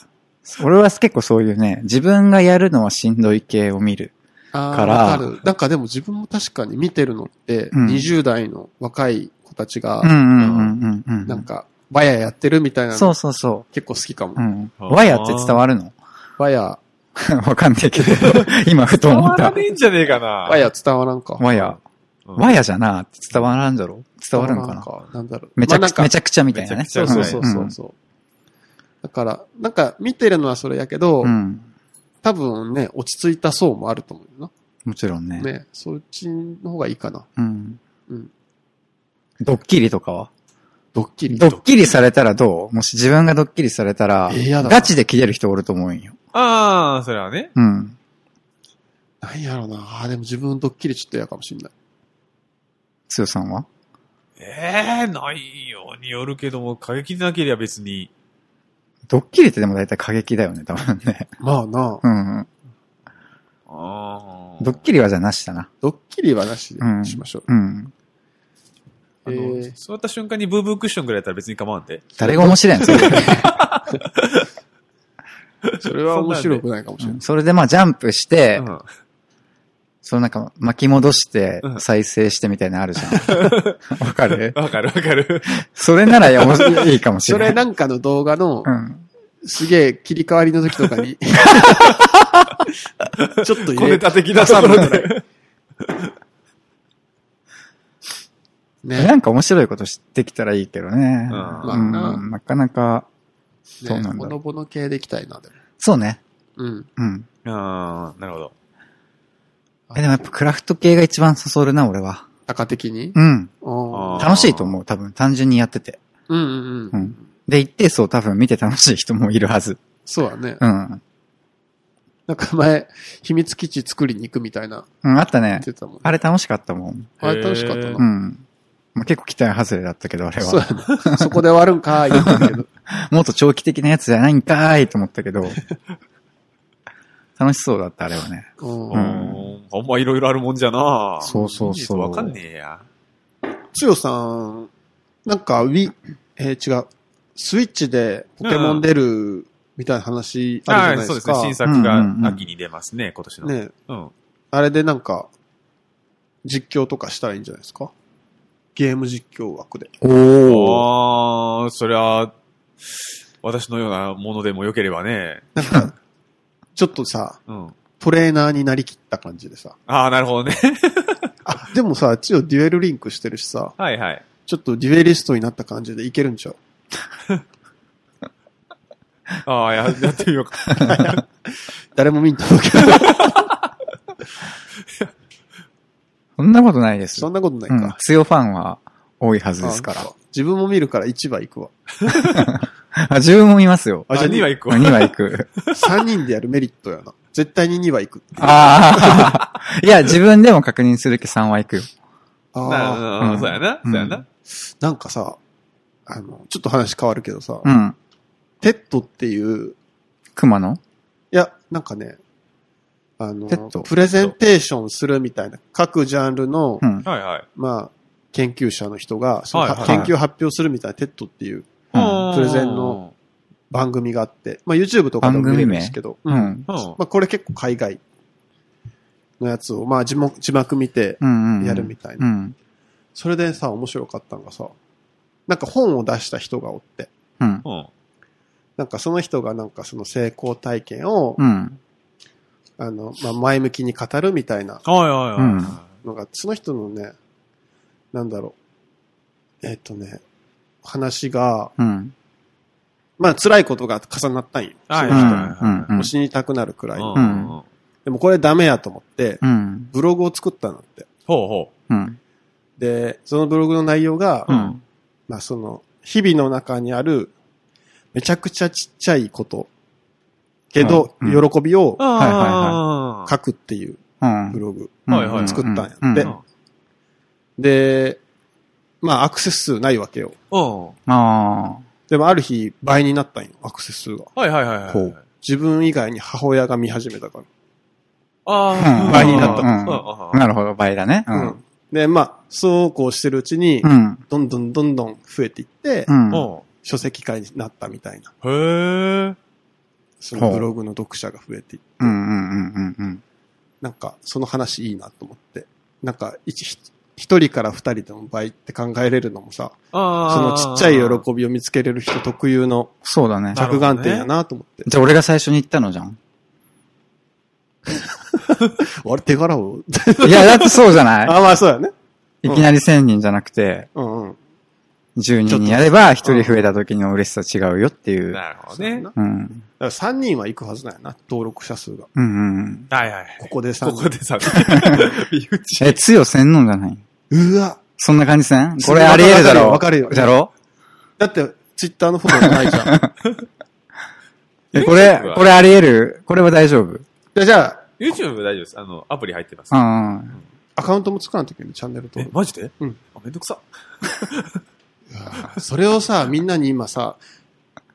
Speaker 2: 俺は結構そういうね、自分がやるのはしんどい系を見る。
Speaker 4: あー
Speaker 2: から
Speaker 4: わかる。なんかでも自分も確かに見てるのって、
Speaker 2: うん
Speaker 4: 20代の若い子たち
Speaker 2: うんう
Speaker 4: が、
Speaker 2: んうんうんう
Speaker 4: なん
Speaker 2: ん。
Speaker 4: か、バヤやってるみたいな
Speaker 2: そ
Speaker 4: の
Speaker 2: うそうそ
Speaker 4: 結構好きかも
Speaker 2: う。う。ん。
Speaker 3: あー
Speaker 2: ワイヤーって伝わるの [laughs]
Speaker 4: バヤ、
Speaker 2: わかんない
Speaker 3: [laughs]
Speaker 2: けど、今ふと
Speaker 3: 伝
Speaker 2: 思
Speaker 3: わ
Speaker 2: っ
Speaker 3: ら
Speaker 2: た
Speaker 3: ね。えんじゃねえかな。
Speaker 4: バヤ伝わらんか。
Speaker 2: ワイヤ
Speaker 3: う
Speaker 2: ー。
Speaker 3: ん
Speaker 2: ワイヤーじゃなって伝わらんだろ伝わるのかな
Speaker 4: 伝わらんなんだろう。
Speaker 2: めちゃ
Speaker 4: まあ
Speaker 2: くちゃ、め
Speaker 4: なんか
Speaker 2: ちゃくちゃみたいなね。
Speaker 3: めちゃくち
Speaker 4: そ
Speaker 3: ゃ
Speaker 4: うそうそうそう。だから、なんか見てるのはそれやけど
Speaker 2: う、ん。
Speaker 4: 多分ね、落ち着いた層もあると思うよ
Speaker 2: もちろん
Speaker 4: な。
Speaker 2: ね。
Speaker 4: ね、そっちの方がいいかな。
Speaker 2: うん
Speaker 4: うん。
Speaker 2: ドッキリとかは
Speaker 4: ドッキリ。
Speaker 2: ドッキリされたらどうもし自分がドッキリされたら
Speaker 4: えーや、だ
Speaker 2: ガチで切れる人おると思うんよ。
Speaker 3: ああ、それはね。
Speaker 2: うん。
Speaker 4: なんやろうな。あーでも自分ドッキリちょっと嫌かもしんない。
Speaker 2: つよさんは
Speaker 3: ええ、ないようによるけども、過激でなければ別に。
Speaker 2: ドッキリってでも大体過激だよね、多分ね。
Speaker 4: まあな、
Speaker 2: うんうん。
Speaker 3: ああ。
Speaker 2: ドッキリはじゃあなしだな。
Speaker 4: ドッキリはなしでしましょう。
Speaker 2: うん。
Speaker 3: あの
Speaker 4: えー
Speaker 3: 座った瞬間にブーブークッションぐらいやったら別に構わんで。
Speaker 2: 誰が面白いのそれ
Speaker 4: それは面白くないかもしれ
Speaker 2: う
Speaker 4: ない
Speaker 2: ん。それでまあジャンプして、
Speaker 3: うん
Speaker 2: そのなんか巻き戻して
Speaker 3: う、ん
Speaker 2: 再生してみたいなのあるじゃん。わかる
Speaker 3: わかるわかる。
Speaker 2: それならいや面白いいいかもし
Speaker 4: そ
Speaker 2: れない。
Speaker 4: れなんかの動画の
Speaker 2: う、ん。
Speaker 4: すげえ切り替わりの時とかに、ちょっ
Speaker 3: 小
Speaker 4: と入
Speaker 3: ネ
Speaker 4: れて、
Speaker 3: タ的なところで。
Speaker 4: ね
Speaker 2: な。んか面白いことしてきたらいいけどね。
Speaker 3: うん
Speaker 2: うんなかなか、そうなん
Speaker 4: ね
Speaker 2: だ
Speaker 4: ほのぼの系でいきたいな、でも。
Speaker 2: そうね。
Speaker 4: うん。
Speaker 2: うん。
Speaker 3: [laughs] ああ、なるほど。
Speaker 2: えでもやっぱクラフト系が一番そそるな、俺は。
Speaker 4: 高的に
Speaker 2: うん。
Speaker 4: あー
Speaker 2: 楽しいと思う、多分。単純にやってて。
Speaker 4: うんうん
Speaker 2: う
Speaker 4: うん。
Speaker 2: ん。で、一定層多分見て楽しい人もいるはず。
Speaker 4: そうだね
Speaker 2: う。ん。
Speaker 4: なんか前、秘密基地作りに行くみたいな、
Speaker 2: うん、あったね
Speaker 4: 言っ。てたもんね。
Speaker 2: あれ楽しかったもん。
Speaker 4: あれ楽しかった
Speaker 3: へー
Speaker 2: う
Speaker 4: な。
Speaker 2: ん。まあ、結構期待外れだったけど、あれ
Speaker 4: そう
Speaker 2: は。
Speaker 4: だね。そこで終わるんかーい言ったけど。
Speaker 2: もっと長期的なやつじゃないんかーいと思ったけ
Speaker 4: [laughs]
Speaker 2: ど。楽しそうだった、あれはね。
Speaker 4: う。
Speaker 3: うんん。あんまいろいろあるもんじゃな。
Speaker 2: そうそうそう
Speaker 3: わかんねえや。
Speaker 4: つよさん、なんか、ウィ、えー違う。スイッチでポケモン出るみたいな話あ
Speaker 3: は
Speaker 4: る
Speaker 3: い、
Speaker 4: じゃ
Speaker 3: そうです
Speaker 4: ないで
Speaker 3: すね。
Speaker 4: か。
Speaker 3: 新作が
Speaker 2: うんうんうん
Speaker 3: 秋に出ますね、今年の。
Speaker 4: ね。
Speaker 3: うん。
Speaker 4: あれでなんか、実況とかしたらいいんじゃないですかゲーム実況枠で。
Speaker 2: おお。
Speaker 3: ああ、そりゃ、私のようなものでも良ければね。
Speaker 4: なんか、ちょっとさ、
Speaker 3: うん。
Speaker 4: トレーナーになりきった感じでさ。
Speaker 3: ああ、なるほどね。
Speaker 4: あ、でもさ、つよデュエルリンクしてるしさ、
Speaker 3: [laughs] はいはい。
Speaker 4: ちょっとデュエリストになった感じでいけるんちゃう
Speaker 3: ああ、ややってみようか。
Speaker 4: 誰も見んと思うけ
Speaker 2: [laughs]
Speaker 4: ど。
Speaker 2: そんなことないです。
Speaker 4: そんなことないか。
Speaker 2: うん。強ファンは多いはずですから。
Speaker 4: あ。自分も見るから1番行くわ。
Speaker 2: あ、自分も見ますよ。
Speaker 3: あ、じゃあ2は行くわ。
Speaker 2: 2は行く。
Speaker 4: 3人でやるメリットやな。絶対に2は行くっていう。
Speaker 2: ああ。いや、自分でも確認するけど3は行くよ。
Speaker 3: な
Speaker 4: あー
Speaker 3: うんうんそうやな、
Speaker 2: うん
Speaker 3: そうやな。
Speaker 4: なんかさ、あの、ちょっと話変わるけどさ、
Speaker 2: うん。
Speaker 4: テッドっていう、
Speaker 2: 熊野
Speaker 4: いや、なんかね、あの
Speaker 2: テッド、
Speaker 4: プレゼンテーションするみたいな、各ジャンルの、
Speaker 2: うん。
Speaker 3: はいはい。
Speaker 4: まあ、研究者の人が、その
Speaker 3: はいはい
Speaker 4: 研究発表するみたいなテッドっていう
Speaker 2: うん
Speaker 4: プレゼンの。番組があって、まあ YouTube とかでも見れるんですけど、
Speaker 2: う
Speaker 4: うん
Speaker 2: ん。
Speaker 3: うん。
Speaker 4: まあこれ結構海外のやつを、まあ字幕字幕見て
Speaker 2: うんうん。
Speaker 4: やるみたいな。
Speaker 2: うん。
Speaker 4: それでさ、面白かったのがさ、なんか本を出した人がおって、
Speaker 2: うん。うん。
Speaker 3: うん。
Speaker 4: なんかその人がなんかその成功体験を、
Speaker 2: うん。
Speaker 4: あの、まあ、前向きに語るみたいな
Speaker 3: はいはいはい。
Speaker 2: うん
Speaker 4: のが、その人のね、なんだろう。えっ、とね、話が、
Speaker 2: うん。
Speaker 4: まあ辛いことが重なったんよ。
Speaker 3: はい
Speaker 4: その人
Speaker 3: は
Speaker 2: うんうん
Speaker 4: もう死にたくなるくらい。
Speaker 3: いはい。
Speaker 2: うん
Speaker 3: うん
Speaker 4: でもこれダメやと思って、
Speaker 2: うん。
Speaker 4: ブログを作ったんだって。
Speaker 3: ほうほ
Speaker 2: うん。
Speaker 4: で、そのブログの内容が、
Speaker 2: うん。
Speaker 4: まあその、日々の中にある、めちゃくちゃちっちゃいこと、けど、
Speaker 2: うんうん
Speaker 4: 喜びを
Speaker 3: う。
Speaker 2: はいはい
Speaker 3: あー
Speaker 4: 書くっていう
Speaker 2: うん
Speaker 4: ブ。ログ。
Speaker 3: はいはい
Speaker 4: 作ったんやって
Speaker 2: うん
Speaker 4: で、まあアクセス数ないわけよ。
Speaker 3: うん。
Speaker 2: あ
Speaker 4: でもある日倍になったんよ、アクセス数が。
Speaker 3: はいはいはいはい。
Speaker 2: ほう
Speaker 4: 自分以外に母親が見始めたか
Speaker 3: あ
Speaker 2: う
Speaker 3: あ。
Speaker 2: ん
Speaker 4: 倍になった
Speaker 3: うん
Speaker 2: うんあ。なるほど、倍だね。う。
Speaker 4: ら。うんんで、まあ、そうこうしてるうちに
Speaker 2: う、ん。
Speaker 4: どんどんどんどん増えていって、
Speaker 2: うん。う
Speaker 3: う
Speaker 2: ん
Speaker 3: ん。
Speaker 4: 書籍化になったみたいな。
Speaker 3: うん。へえ。
Speaker 4: そのブログの読者が増えていって、
Speaker 2: うんうんうんうん。
Speaker 4: なんかその話いいなと思って。なんか一、ひ一人から二人でも倍って考えれるのもさ、そ
Speaker 3: あ
Speaker 4: の
Speaker 3: あ。
Speaker 4: ちっちゃい喜びを見つけれる人特有の
Speaker 2: そうだね。
Speaker 3: なる
Speaker 4: 着眼点やなと思って。
Speaker 2: じゃあ俺が最初に言ったのじゃん。
Speaker 4: あれ手柄を。
Speaker 2: いや、だってそうじゃな
Speaker 4: [laughs] あ、まあそうだね。
Speaker 2: いいきなり1000人じゃなくて、
Speaker 4: うんうん。
Speaker 2: 10人にやれば1人増えた時の嬉しさ違うよっていう。
Speaker 3: なるほどね
Speaker 4: だ。か
Speaker 2: うん。
Speaker 4: ら3人は行くはずだよな、登録者数が。
Speaker 2: うんうん。
Speaker 3: はいはい。
Speaker 4: ここで3
Speaker 3: こ
Speaker 4: 人。
Speaker 3: こで [laughs] さ、身内。
Speaker 2: え、つよせんのんじゃないう
Speaker 4: わ
Speaker 2: そんな感じせん
Speaker 4: そ
Speaker 2: こ
Speaker 4: んな
Speaker 2: れあり得るだろう。
Speaker 4: わかるよわかるよ
Speaker 2: じゃろ
Speaker 4: だって、ツイッターのフォローないじゃん。
Speaker 3: [laughs]
Speaker 2: え、これ、これあり得るこれは大丈夫
Speaker 4: じゃあじゃあ、
Speaker 3: YouTube 大丈夫です。あの、アプリ入ってます。
Speaker 2: あ [laughs]
Speaker 4: アカウントも作らんときにチャンネル登
Speaker 3: え、
Speaker 4: 録。
Speaker 3: マジで
Speaker 4: うん。
Speaker 3: あめんどくさ。
Speaker 4: それをさ、みんなに今さ、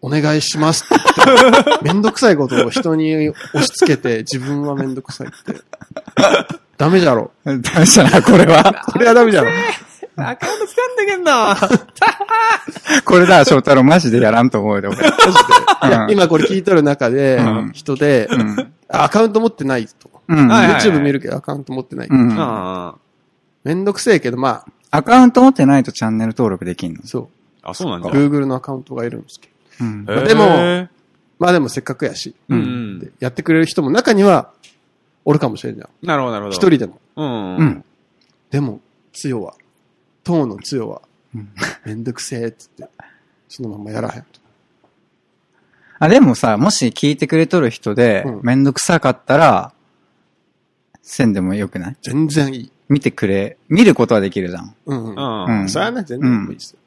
Speaker 4: お願いしますって
Speaker 3: [laughs]
Speaker 4: 言って、めんどくさいことを人に押し付けて、自分はめんどくさいって。ダメじゃろ。
Speaker 2: あ。ダメじゃな、これは。
Speaker 4: [laughs] これはダメじゃろ。
Speaker 3: アカウント使んだけんな。
Speaker 2: [laughs] これだ、翔太郎マジでやらんと思うよ、俺。
Speaker 4: いや
Speaker 2: うん
Speaker 4: 今これ聞いとる中で
Speaker 2: うん、
Speaker 4: 人で、
Speaker 2: うん。
Speaker 4: アカウント持ってないと。
Speaker 2: うん。
Speaker 3: はい
Speaker 4: YouTube 見るけどアカウント持ってない。
Speaker 2: うん
Speaker 3: あ
Speaker 4: めんどくせえけど、まあ、
Speaker 2: アカウント持ってないとチャンネル登録できんの。
Speaker 4: そ
Speaker 3: あ。あ、そうなん
Speaker 4: う。
Speaker 3: だ。へ
Speaker 4: Google のアカウントがいるんですけど。
Speaker 2: うん。
Speaker 3: ー
Speaker 4: でもまあでもせっかくやし、
Speaker 3: う
Speaker 4: で
Speaker 3: ん。
Speaker 4: やってくれる人も中には、おるかもしれんじゃん。
Speaker 3: なるほど、なるほど。
Speaker 4: 一。人でも。
Speaker 3: うん。
Speaker 2: う。ん。
Speaker 4: でも、つよは、当のつよは
Speaker 2: うん、
Speaker 4: めんどくせえっつって、そのままやらへんと。
Speaker 2: あ、でもさ、もし聞いてくれとる人で
Speaker 4: う、ん
Speaker 2: めんどくさかったら、せんでもよくない
Speaker 4: 全然いい。
Speaker 2: 見てくれ、見ることはできるじゃん。
Speaker 4: うん
Speaker 3: う。
Speaker 4: うん。
Speaker 2: うんん
Speaker 4: それはね、全然いいですよ。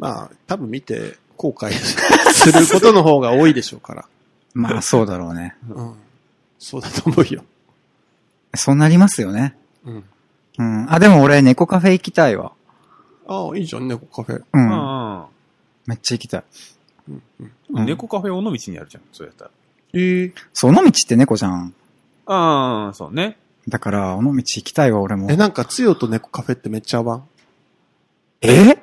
Speaker 4: まあ、多分見て、後悔することの方が多いでしょうから。 [laughs]
Speaker 2: まあ、そうだろうね。
Speaker 4: うん。そうだと思うよ。
Speaker 2: そうなりますよね。
Speaker 4: うん。
Speaker 2: うん。あ、でも俺、猫カフェ行きたいわ。
Speaker 4: ああ、いいじゃん、猫カフェ。
Speaker 2: う。
Speaker 3: うんん。
Speaker 2: めっちゃ行きたい。
Speaker 4: うんうん。
Speaker 2: うん
Speaker 3: 猫カフェ尾道にあるじゃん。そうやったら。
Speaker 4: ええ
Speaker 2: そう尾道って猫じゃん。
Speaker 3: ああ、そうね。
Speaker 2: だから、尾道行きたいわ、俺も
Speaker 4: え、。なんか、つよと猫カフェってめっちゃ合わん
Speaker 2: え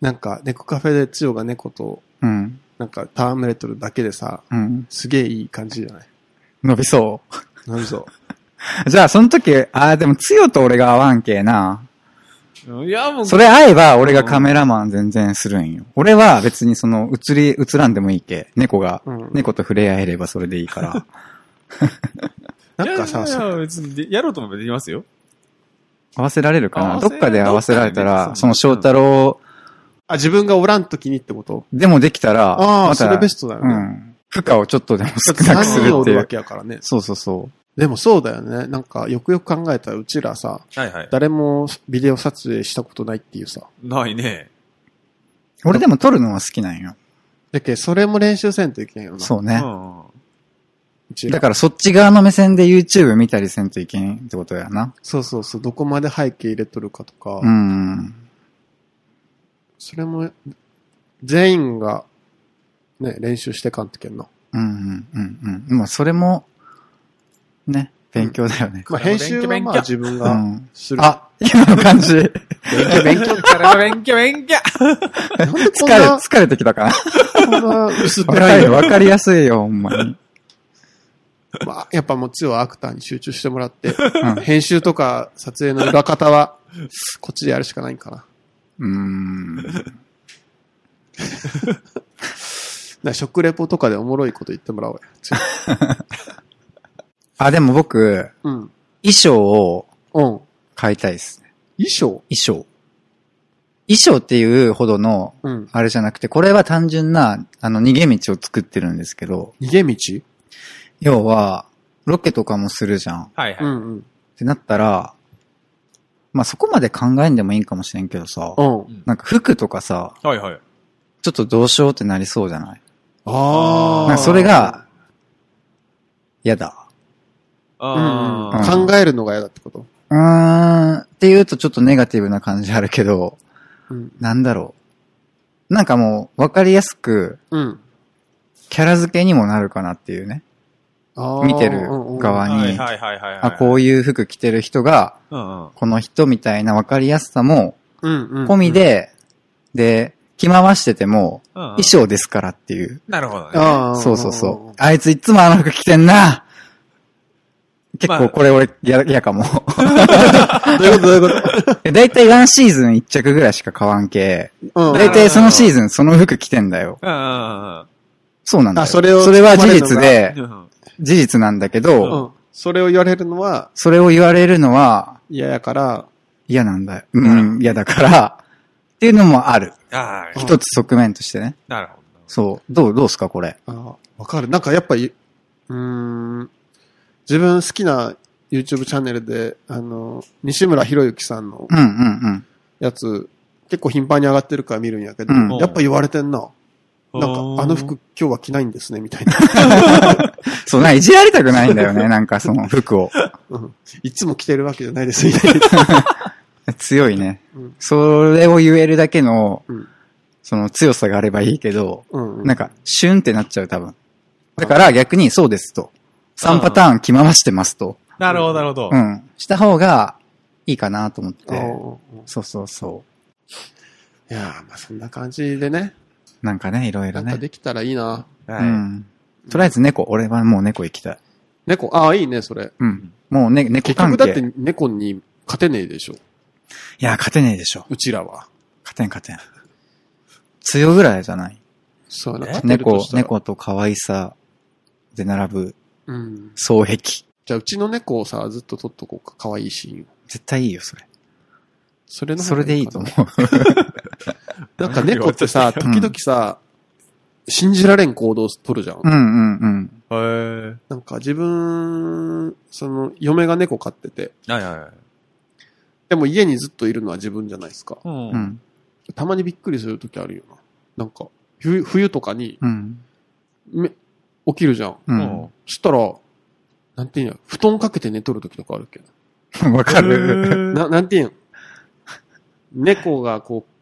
Speaker 4: なんか、猫カフェでつよが猫と、
Speaker 2: うん。
Speaker 4: なんか、タームレトルだけでさ、
Speaker 2: うん。
Speaker 4: すげえいい感じじゃない
Speaker 2: 伸びそ
Speaker 4: なるぞ。
Speaker 2: う。 [laughs] じゃあ、その時、ああ、でも、つよと俺が合わんけえな。
Speaker 3: いや、もう、
Speaker 2: それ合えば、俺がカメラマン全然するんよ。俺は別にその、映り、映らんでもいいけ。猫が
Speaker 4: うん、
Speaker 2: 猫と触れ合えればそれでいいから。
Speaker 4: なんか
Speaker 3: い
Speaker 4: さ、
Speaker 3: やい
Speaker 4: そ
Speaker 3: やいや別にで、やろうと思えばできますよ。
Speaker 2: 合わせられるか
Speaker 3: 合
Speaker 2: な
Speaker 3: わ
Speaker 2: ど
Speaker 3: せ
Speaker 2: っかで合わせられた、
Speaker 3: どっからで
Speaker 2: その翔太郎
Speaker 4: あ、自分がおらんときにってこと
Speaker 2: でもできたら、
Speaker 4: あ
Speaker 2: ま
Speaker 4: あ
Speaker 2: た
Speaker 4: それベストだよね
Speaker 2: うん。負荷をちょっとでも
Speaker 4: だって
Speaker 2: 少なくす
Speaker 4: 3
Speaker 2: る
Speaker 4: 人お
Speaker 2: ってい
Speaker 4: るわ
Speaker 2: う。
Speaker 4: けやからね。
Speaker 2: そうそうそ
Speaker 4: でもそうだよね。なんか、よくよく考えたら、うちらさ、
Speaker 3: はいはい。
Speaker 4: 誰もビデオ撮影したことないっていうさ。
Speaker 3: ないね。
Speaker 2: う。俺でも撮るのは好きなんよ。
Speaker 4: だけどそれも練習せんといけんよな。
Speaker 2: そう
Speaker 3: う
Speaker 2: ね。
Speaker 3: ん。
Speaker 4: うちら。
Speaker 2: だからそっち側の目線で YouTube 見たりせんといけんってことやな。
Speaker 4: そうそうそう。どこまで背景入れとるかとか。
Speaker 2: うん。
Speaker 4: それも、全員が、ね、練習してかんといけんな。
Speaker 2: うんうんうんうん。まあそれも、ね、勉強だよね。
Speaker 4: まあ、編集はまあ
Speaker 3: 勉
Speaker 4: 自分
Speaker 2: う
Speaker 4: が
Speaker 2: ん。
Speaker 4: する。
Speaker 2: あ、今の感じ。疲
Speaker 3: 強、勉強、から勉強、勉強。
Speaker 4: なんでこん
Speaker 2: れ、
Speaker 4: な、
Speaker 2: 疲れてきたかな。
Speaker 4: こんな薄っぺ
Speaker 2: わ
Speaker 4: ら
Speaker 2: か
Speaker 4: い
Speaker 2: る
Speaker 4: の
Speaker 2: わかりやすいよ、ほんまに。
Speaker 4: まあ、やっぱもう強いアクターに集中してもらって、
Speaker 2: ん
Speaker 4: 編集とか撮影の裏方
Speaker 2: [laughs]
Speaker 4: は、こっちでやるしかないんかな。
Speaker 2: うーん。
Speaker 4: な食レポとかでおもろいこと言ってもらおうや。次
Speaker 2: あ、でも僕、
Speaker 4: うん。うん。
Speaker 2: 衣装を
Speaker 4: 衣
Speaker 2: 買いたいですね。
Speaker 4: 装
Speaker 2: 衣装。衣装っていうほどの、
Speaker 4: うん。
Speaker 2: あれじゃなくて、これは単純な、あの、逃げ道を作ってるんですけど、
Speaker 4: 逃げ道
Speaker 2: 要は、ロケとかもするじゃん。っ
Speaker 3: はいはい。
Speaker 4: うんうん。
Speaker 2: てなったら、まあ、そこまで考えんでもいいんかもしれんけどさ、
Speaker 4: うん。
Speaker 2: なんか服とかさ、
Speaker 3: はいはい。
Speaker 2: ちょっとどうしようってなりそうじゃない
Speaker 4: あ
Speaker 2: なん
Speaker 4: あ。
Speaker 2: かそれが、嫌だ。
Speaker 4: うん
Speaker 3: あ
Speaker 2: ー
Speaker 4: うん、考えるのが嫌だってこと。
Speaker 2: うーん、って言うとちょっとネガティブな感じあるけど、
Speaker 4: うん。
Speaker 2: なんだろう。なんかもう、わかりやすく、
Speaker 4: うん。
Speaker 2: キャラ付けにもなるかなっていうね。
Speaker 4: あー
Speaker 2: 見てる
Speaker 3: あ。
Speaker 2: 側
Speaker 3: はい
Speaker 2: に、
Speaker 3: はいはいはい。
Speaker 2: あ、こういう服着てる人が、
Speaker 3: うんうん。
Speaker 2: この人みたいな分かりやすさも
Speaker 4: うんうん。
Speaker 2: 込み。で、で、着回してても
Speaker 3: 衣
Speaker 2: 衣。装ですからっていう。
Speaker 3: なるほどね。
Speaker 4: ああ。
Speaker 2: そうそうそう。あいついつもあの服着てんな結
Speaker 3: まあ
Speaker 2: 構これ俺嫌嫌 [laughs] かも。
Speaker 4: どういうことどういう
Speaker 2: [laughs]
Speaker 4: こ
Speaker 2: だいたい1シーズン1着ぐらいしか買わんけ。
Speaker 4: と
Speaker 2: だいたいそのシーズンその服着てんだよ。
Speaker 3: うんうん
Speaker 2: そうなんだよ。
Speaker 4: あそれを
Speaker 2: それは事実
Speaker 3: う
Speaker 2: で
Speaker 3: んう、んうん。
Speaker 2: 事実なんだけど、
Speaker 4: うん。それを言われるのは
Speaker 2: それを言われるのは
Speaker 4: 嫌やから、
Speaker 2: 嫌なんだよ。うん、嫌だから、っていうのもある。
Speaker 3: ああ、
Speaker 2: 一つ側面としてね。
Speaker 3: なるほど。
Speaker 2: そう。どう、どうすか、これ。
Speaker 4: あわかる。なんかやっぱり、うーん、自分好きな YouTube チャンネルで、あの、西村博之さんの
Speaker 2: うん、うん、
Speaker 4: やつ、結構頻繁に上がってるから見るんやけど、
Speaker 2: うん
Speaker 4: やっぱ言われてんな。なんか、あの服今日は着ないんですね、みたいな。 [laughs]
Speaker 2: うん。 [laughs] そう、なんかいじられたくないんだよね、なんかその服を。
Speaker 4: うんいつも着てるわけじゃないです、みたい
Speaker 2: [laughs]
Speaker 4: な。
Speaker 2: 強いね
Speaker 4: うん。
Speaker 2: それを言えるだけの
Speaker 4: うん、
Speaker 2: その強さがあればいいけど、
Speaker 4: うん、
Speaker 2: なんか、シュンってなっちゃう、多分。だから逆にそうですと。3パターン着回してますと。
Speaker 3: なるほど、なるほど
Speaker 2: う。ん。した方がいいかなと思っ
Speaker 4: おう
Speaker 2: て。
Speaker 4: おうおう
Speaker 2: そうそうそ
Speaker 4: いやーまあそんな感じでね、
Speaker 2: う。なんかね、いろいろ
Speaker 4: なんか
Speaker 2: ね。
Speaker 4: できたらいいな。
Speaker 2: う
Speaker 3: はい
Speaker 2: ん。とりあえず猫、俺はもう猫行きたい。
Speaker 4: 猫、ああ、いいね、それ。
Speaker 2: うん。もうね、猫
Speaker 4: 結
Speaker 2: 関
Speaker 4: 局だって
Speaker 2: 係。い
Speaker 4: 猫に勝てねえでしょ、
Speaker 2: や、勝てねえでしょ。
Speaker 4: うちらは。
Speaker 2: 勝てん勝てん。強ぐらいじゃない
Speaker 4: そうやな
Speaker 3: え
Speaker 4: 勝てると
Speaker 2: 猫
Speaker 4: し、たら
Speaker 2: 猫と可愛さで並ぶ
Speaker 4: うん。
Speaker 2: 双璧。
Speaker 4: じゃあ、うちの猫をさ、ずっと撮っとこうか。可愛いシーンを。
Speaker 2: 絶対いいよ、それ。
Speaker 4: それの
Speaker 2: そ
Speaker 4: 方が
Speaker 2: れでいい
Speaker 4: か
Speaker 2: と
Speaker 4: な
Speaker 2: 思う。
Speaker 4: なんか猫ってさ、
Speaker 2: うん
Speaker 4: 時々さ、信じられん行動を取るじゃん。
Speaker 2: うんうんうん。
Speaker 3: へえ。
Speaker 4: なんか自分、その、嫁が猫飼ってて、
Speaker 3: はいはいはい。
Speaker 4: でも家にずっといるのは自分じゃないですか。
Speaker 3: う。
Speaker 2: うんん。
Speaker 4: たまにびっくりする時あるよな。なんか、冬、冬とかに、
Speaker 2: うん。
Speaker 4: め、起きるじゃん。
Speaker 2: う
Speaker 3: うん
Speaker 2: ん。
Speaker 4: そしたら、なんていうんや、布団かけて寝とる時とかあるっけど。
Speaker 2: わかる。
Speaker 3: へえ
Speaker 4: な、なんていうん。猫がこう、
Speaker 2: [laughs]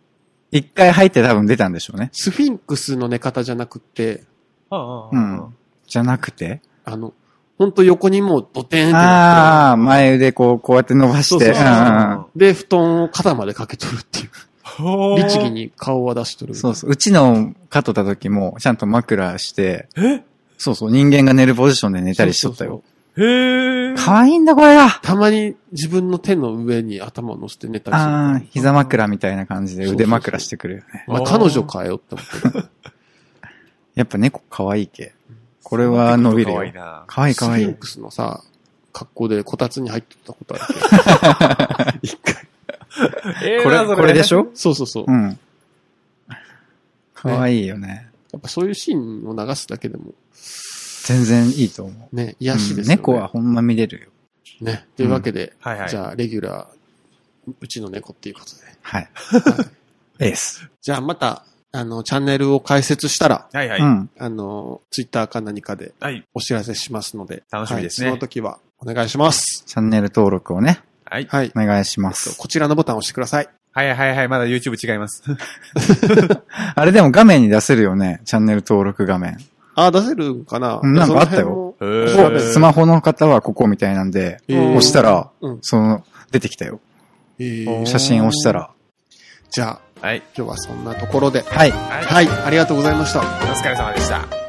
Speaker 2: 一回入って多分出たんでしょうね。
Speaker 4: スフィンクスの寝方じゃなくって、
Speaker 3: あ
Speaker 2: う
Speaker 3: あ
Speaker 2: ん。じゃなくて
Speaker 4: あの、ほんと横にもうドテーンってなっ
Speaker 2: ああ、前腕こう、こうやって伸ばして。
Speaker 4: そううんそうそう
Speaker 2: うん
Speaker 4: てる、で、布団を肩までかけとるって
Speaker 2: [laughs]
Speaker 4: いう。
Speaker 3: ほー
Speaker 4: 律儀。に顔は出しとる。
Speaker 2: そうそう。うちの飼っとった時も、ちゃんと枕して、
Speaker 3: え
Speaker 2: そうそう、人間が寝るポジションで寝たりしとった
Speaker 4: そう
Speaker 2: よ
Speaker 4: そう。
Speaker 3: へえ。
Speaker 2: 可愛いんだ、これが
Speaker 4: たまに自分の手の上に頭を乗せて寝たりする。
Speaker 2: ああ、膝枕みたいな感じで腕枕してくるよね。
Speaker 4: まあ、彼女変えようって思ってる。
Speaker 2: やっぱ猫可愛いけ。これは伸びる
Speaker 3: 可
Speaker 2: よ
Speaker 3: 愛い。な。
Speaker 2: 可愛い
Speaker 4: スフ
Speaker 2: 可愛
Speaker 4: ィン
Speaker 2: い。
Speaker 4: クスのさ、格好でこたつに入ってたことある
Speaker 2: [laughs]
Speaker 4: けど。一回。
Speaker 3: ええ
Speaker 2: これ、これでし
Speaker 3: ょ
Speaker 2: ょ
Speaker 4: そうそうそう。
Speaker 2: う
Speaker 4: や
Speaker 2: ん。可愛いよね。
Speaker 4: っぱそういうシーンを流すだけでも、
Speaker 2: 全然いいと思う。
Speaker 4: ね、癒しですよね。
Speaker 2: 猫は。ほんま見れるよ。
Speaker 4: ね。というわけで、
Speaker 3: はいはい。
Speaker 4: じゃあ、レギュラー、うちの猫っていうことで。
Speaker 2: はい。
Speaker 4: はい
Speaker 2: エース。
Speaker 4: じゃあ、また、あの、チャンネルを開設したら、
Speaker 3: はいは
Speaker 2: う
Speaker 3: い。
Speaker 2: ん。
Speaker 4: あの、ツイッターか何かで
Speaker 3: はい。
Speaker 4: お知らせしますので。
Speaker 3: 楽しみですね
Speaker 4: はいその時はお願いします。
Speaker 2: チャンネル登録をね、
Speaker 3: はい。
Speaker 4: はい。
Speaker 2: お願いします。
Speaker 4: こちらのボタンを押してください。
Speaker 3: はいはいはい。まだ YouTube 違います。
Speaker 2: あれでも画面に出せるよね。チャンネル登録画面。
Speaker 4: あ、出せるんかな
Speaker 2: うんなんかあったよ。
Speaker 4: その
Speaker 3: へ
Speaker 4: 辺も
Speaker 3: ー
Speaker 2: スマホの方はここみたいなんで、
Speaker 4: えー
Speaker 2: 押したら、
Speaker 4: うん。
Speaker 2: その、出てきたよ。
Speaker 4: え
Speaker 3: お
Speaker 4: ー
Speaker 2: 写真押したら。
Speaker 4: じゃあ、
Speaker 3: はい。
Speaker 4: 今日はそんなところで。
Speaker 2: はい。
Speaker 3: はい。
Speaker 4: はい、ありがとうございました。
Speaker 3: お疲れ様でした。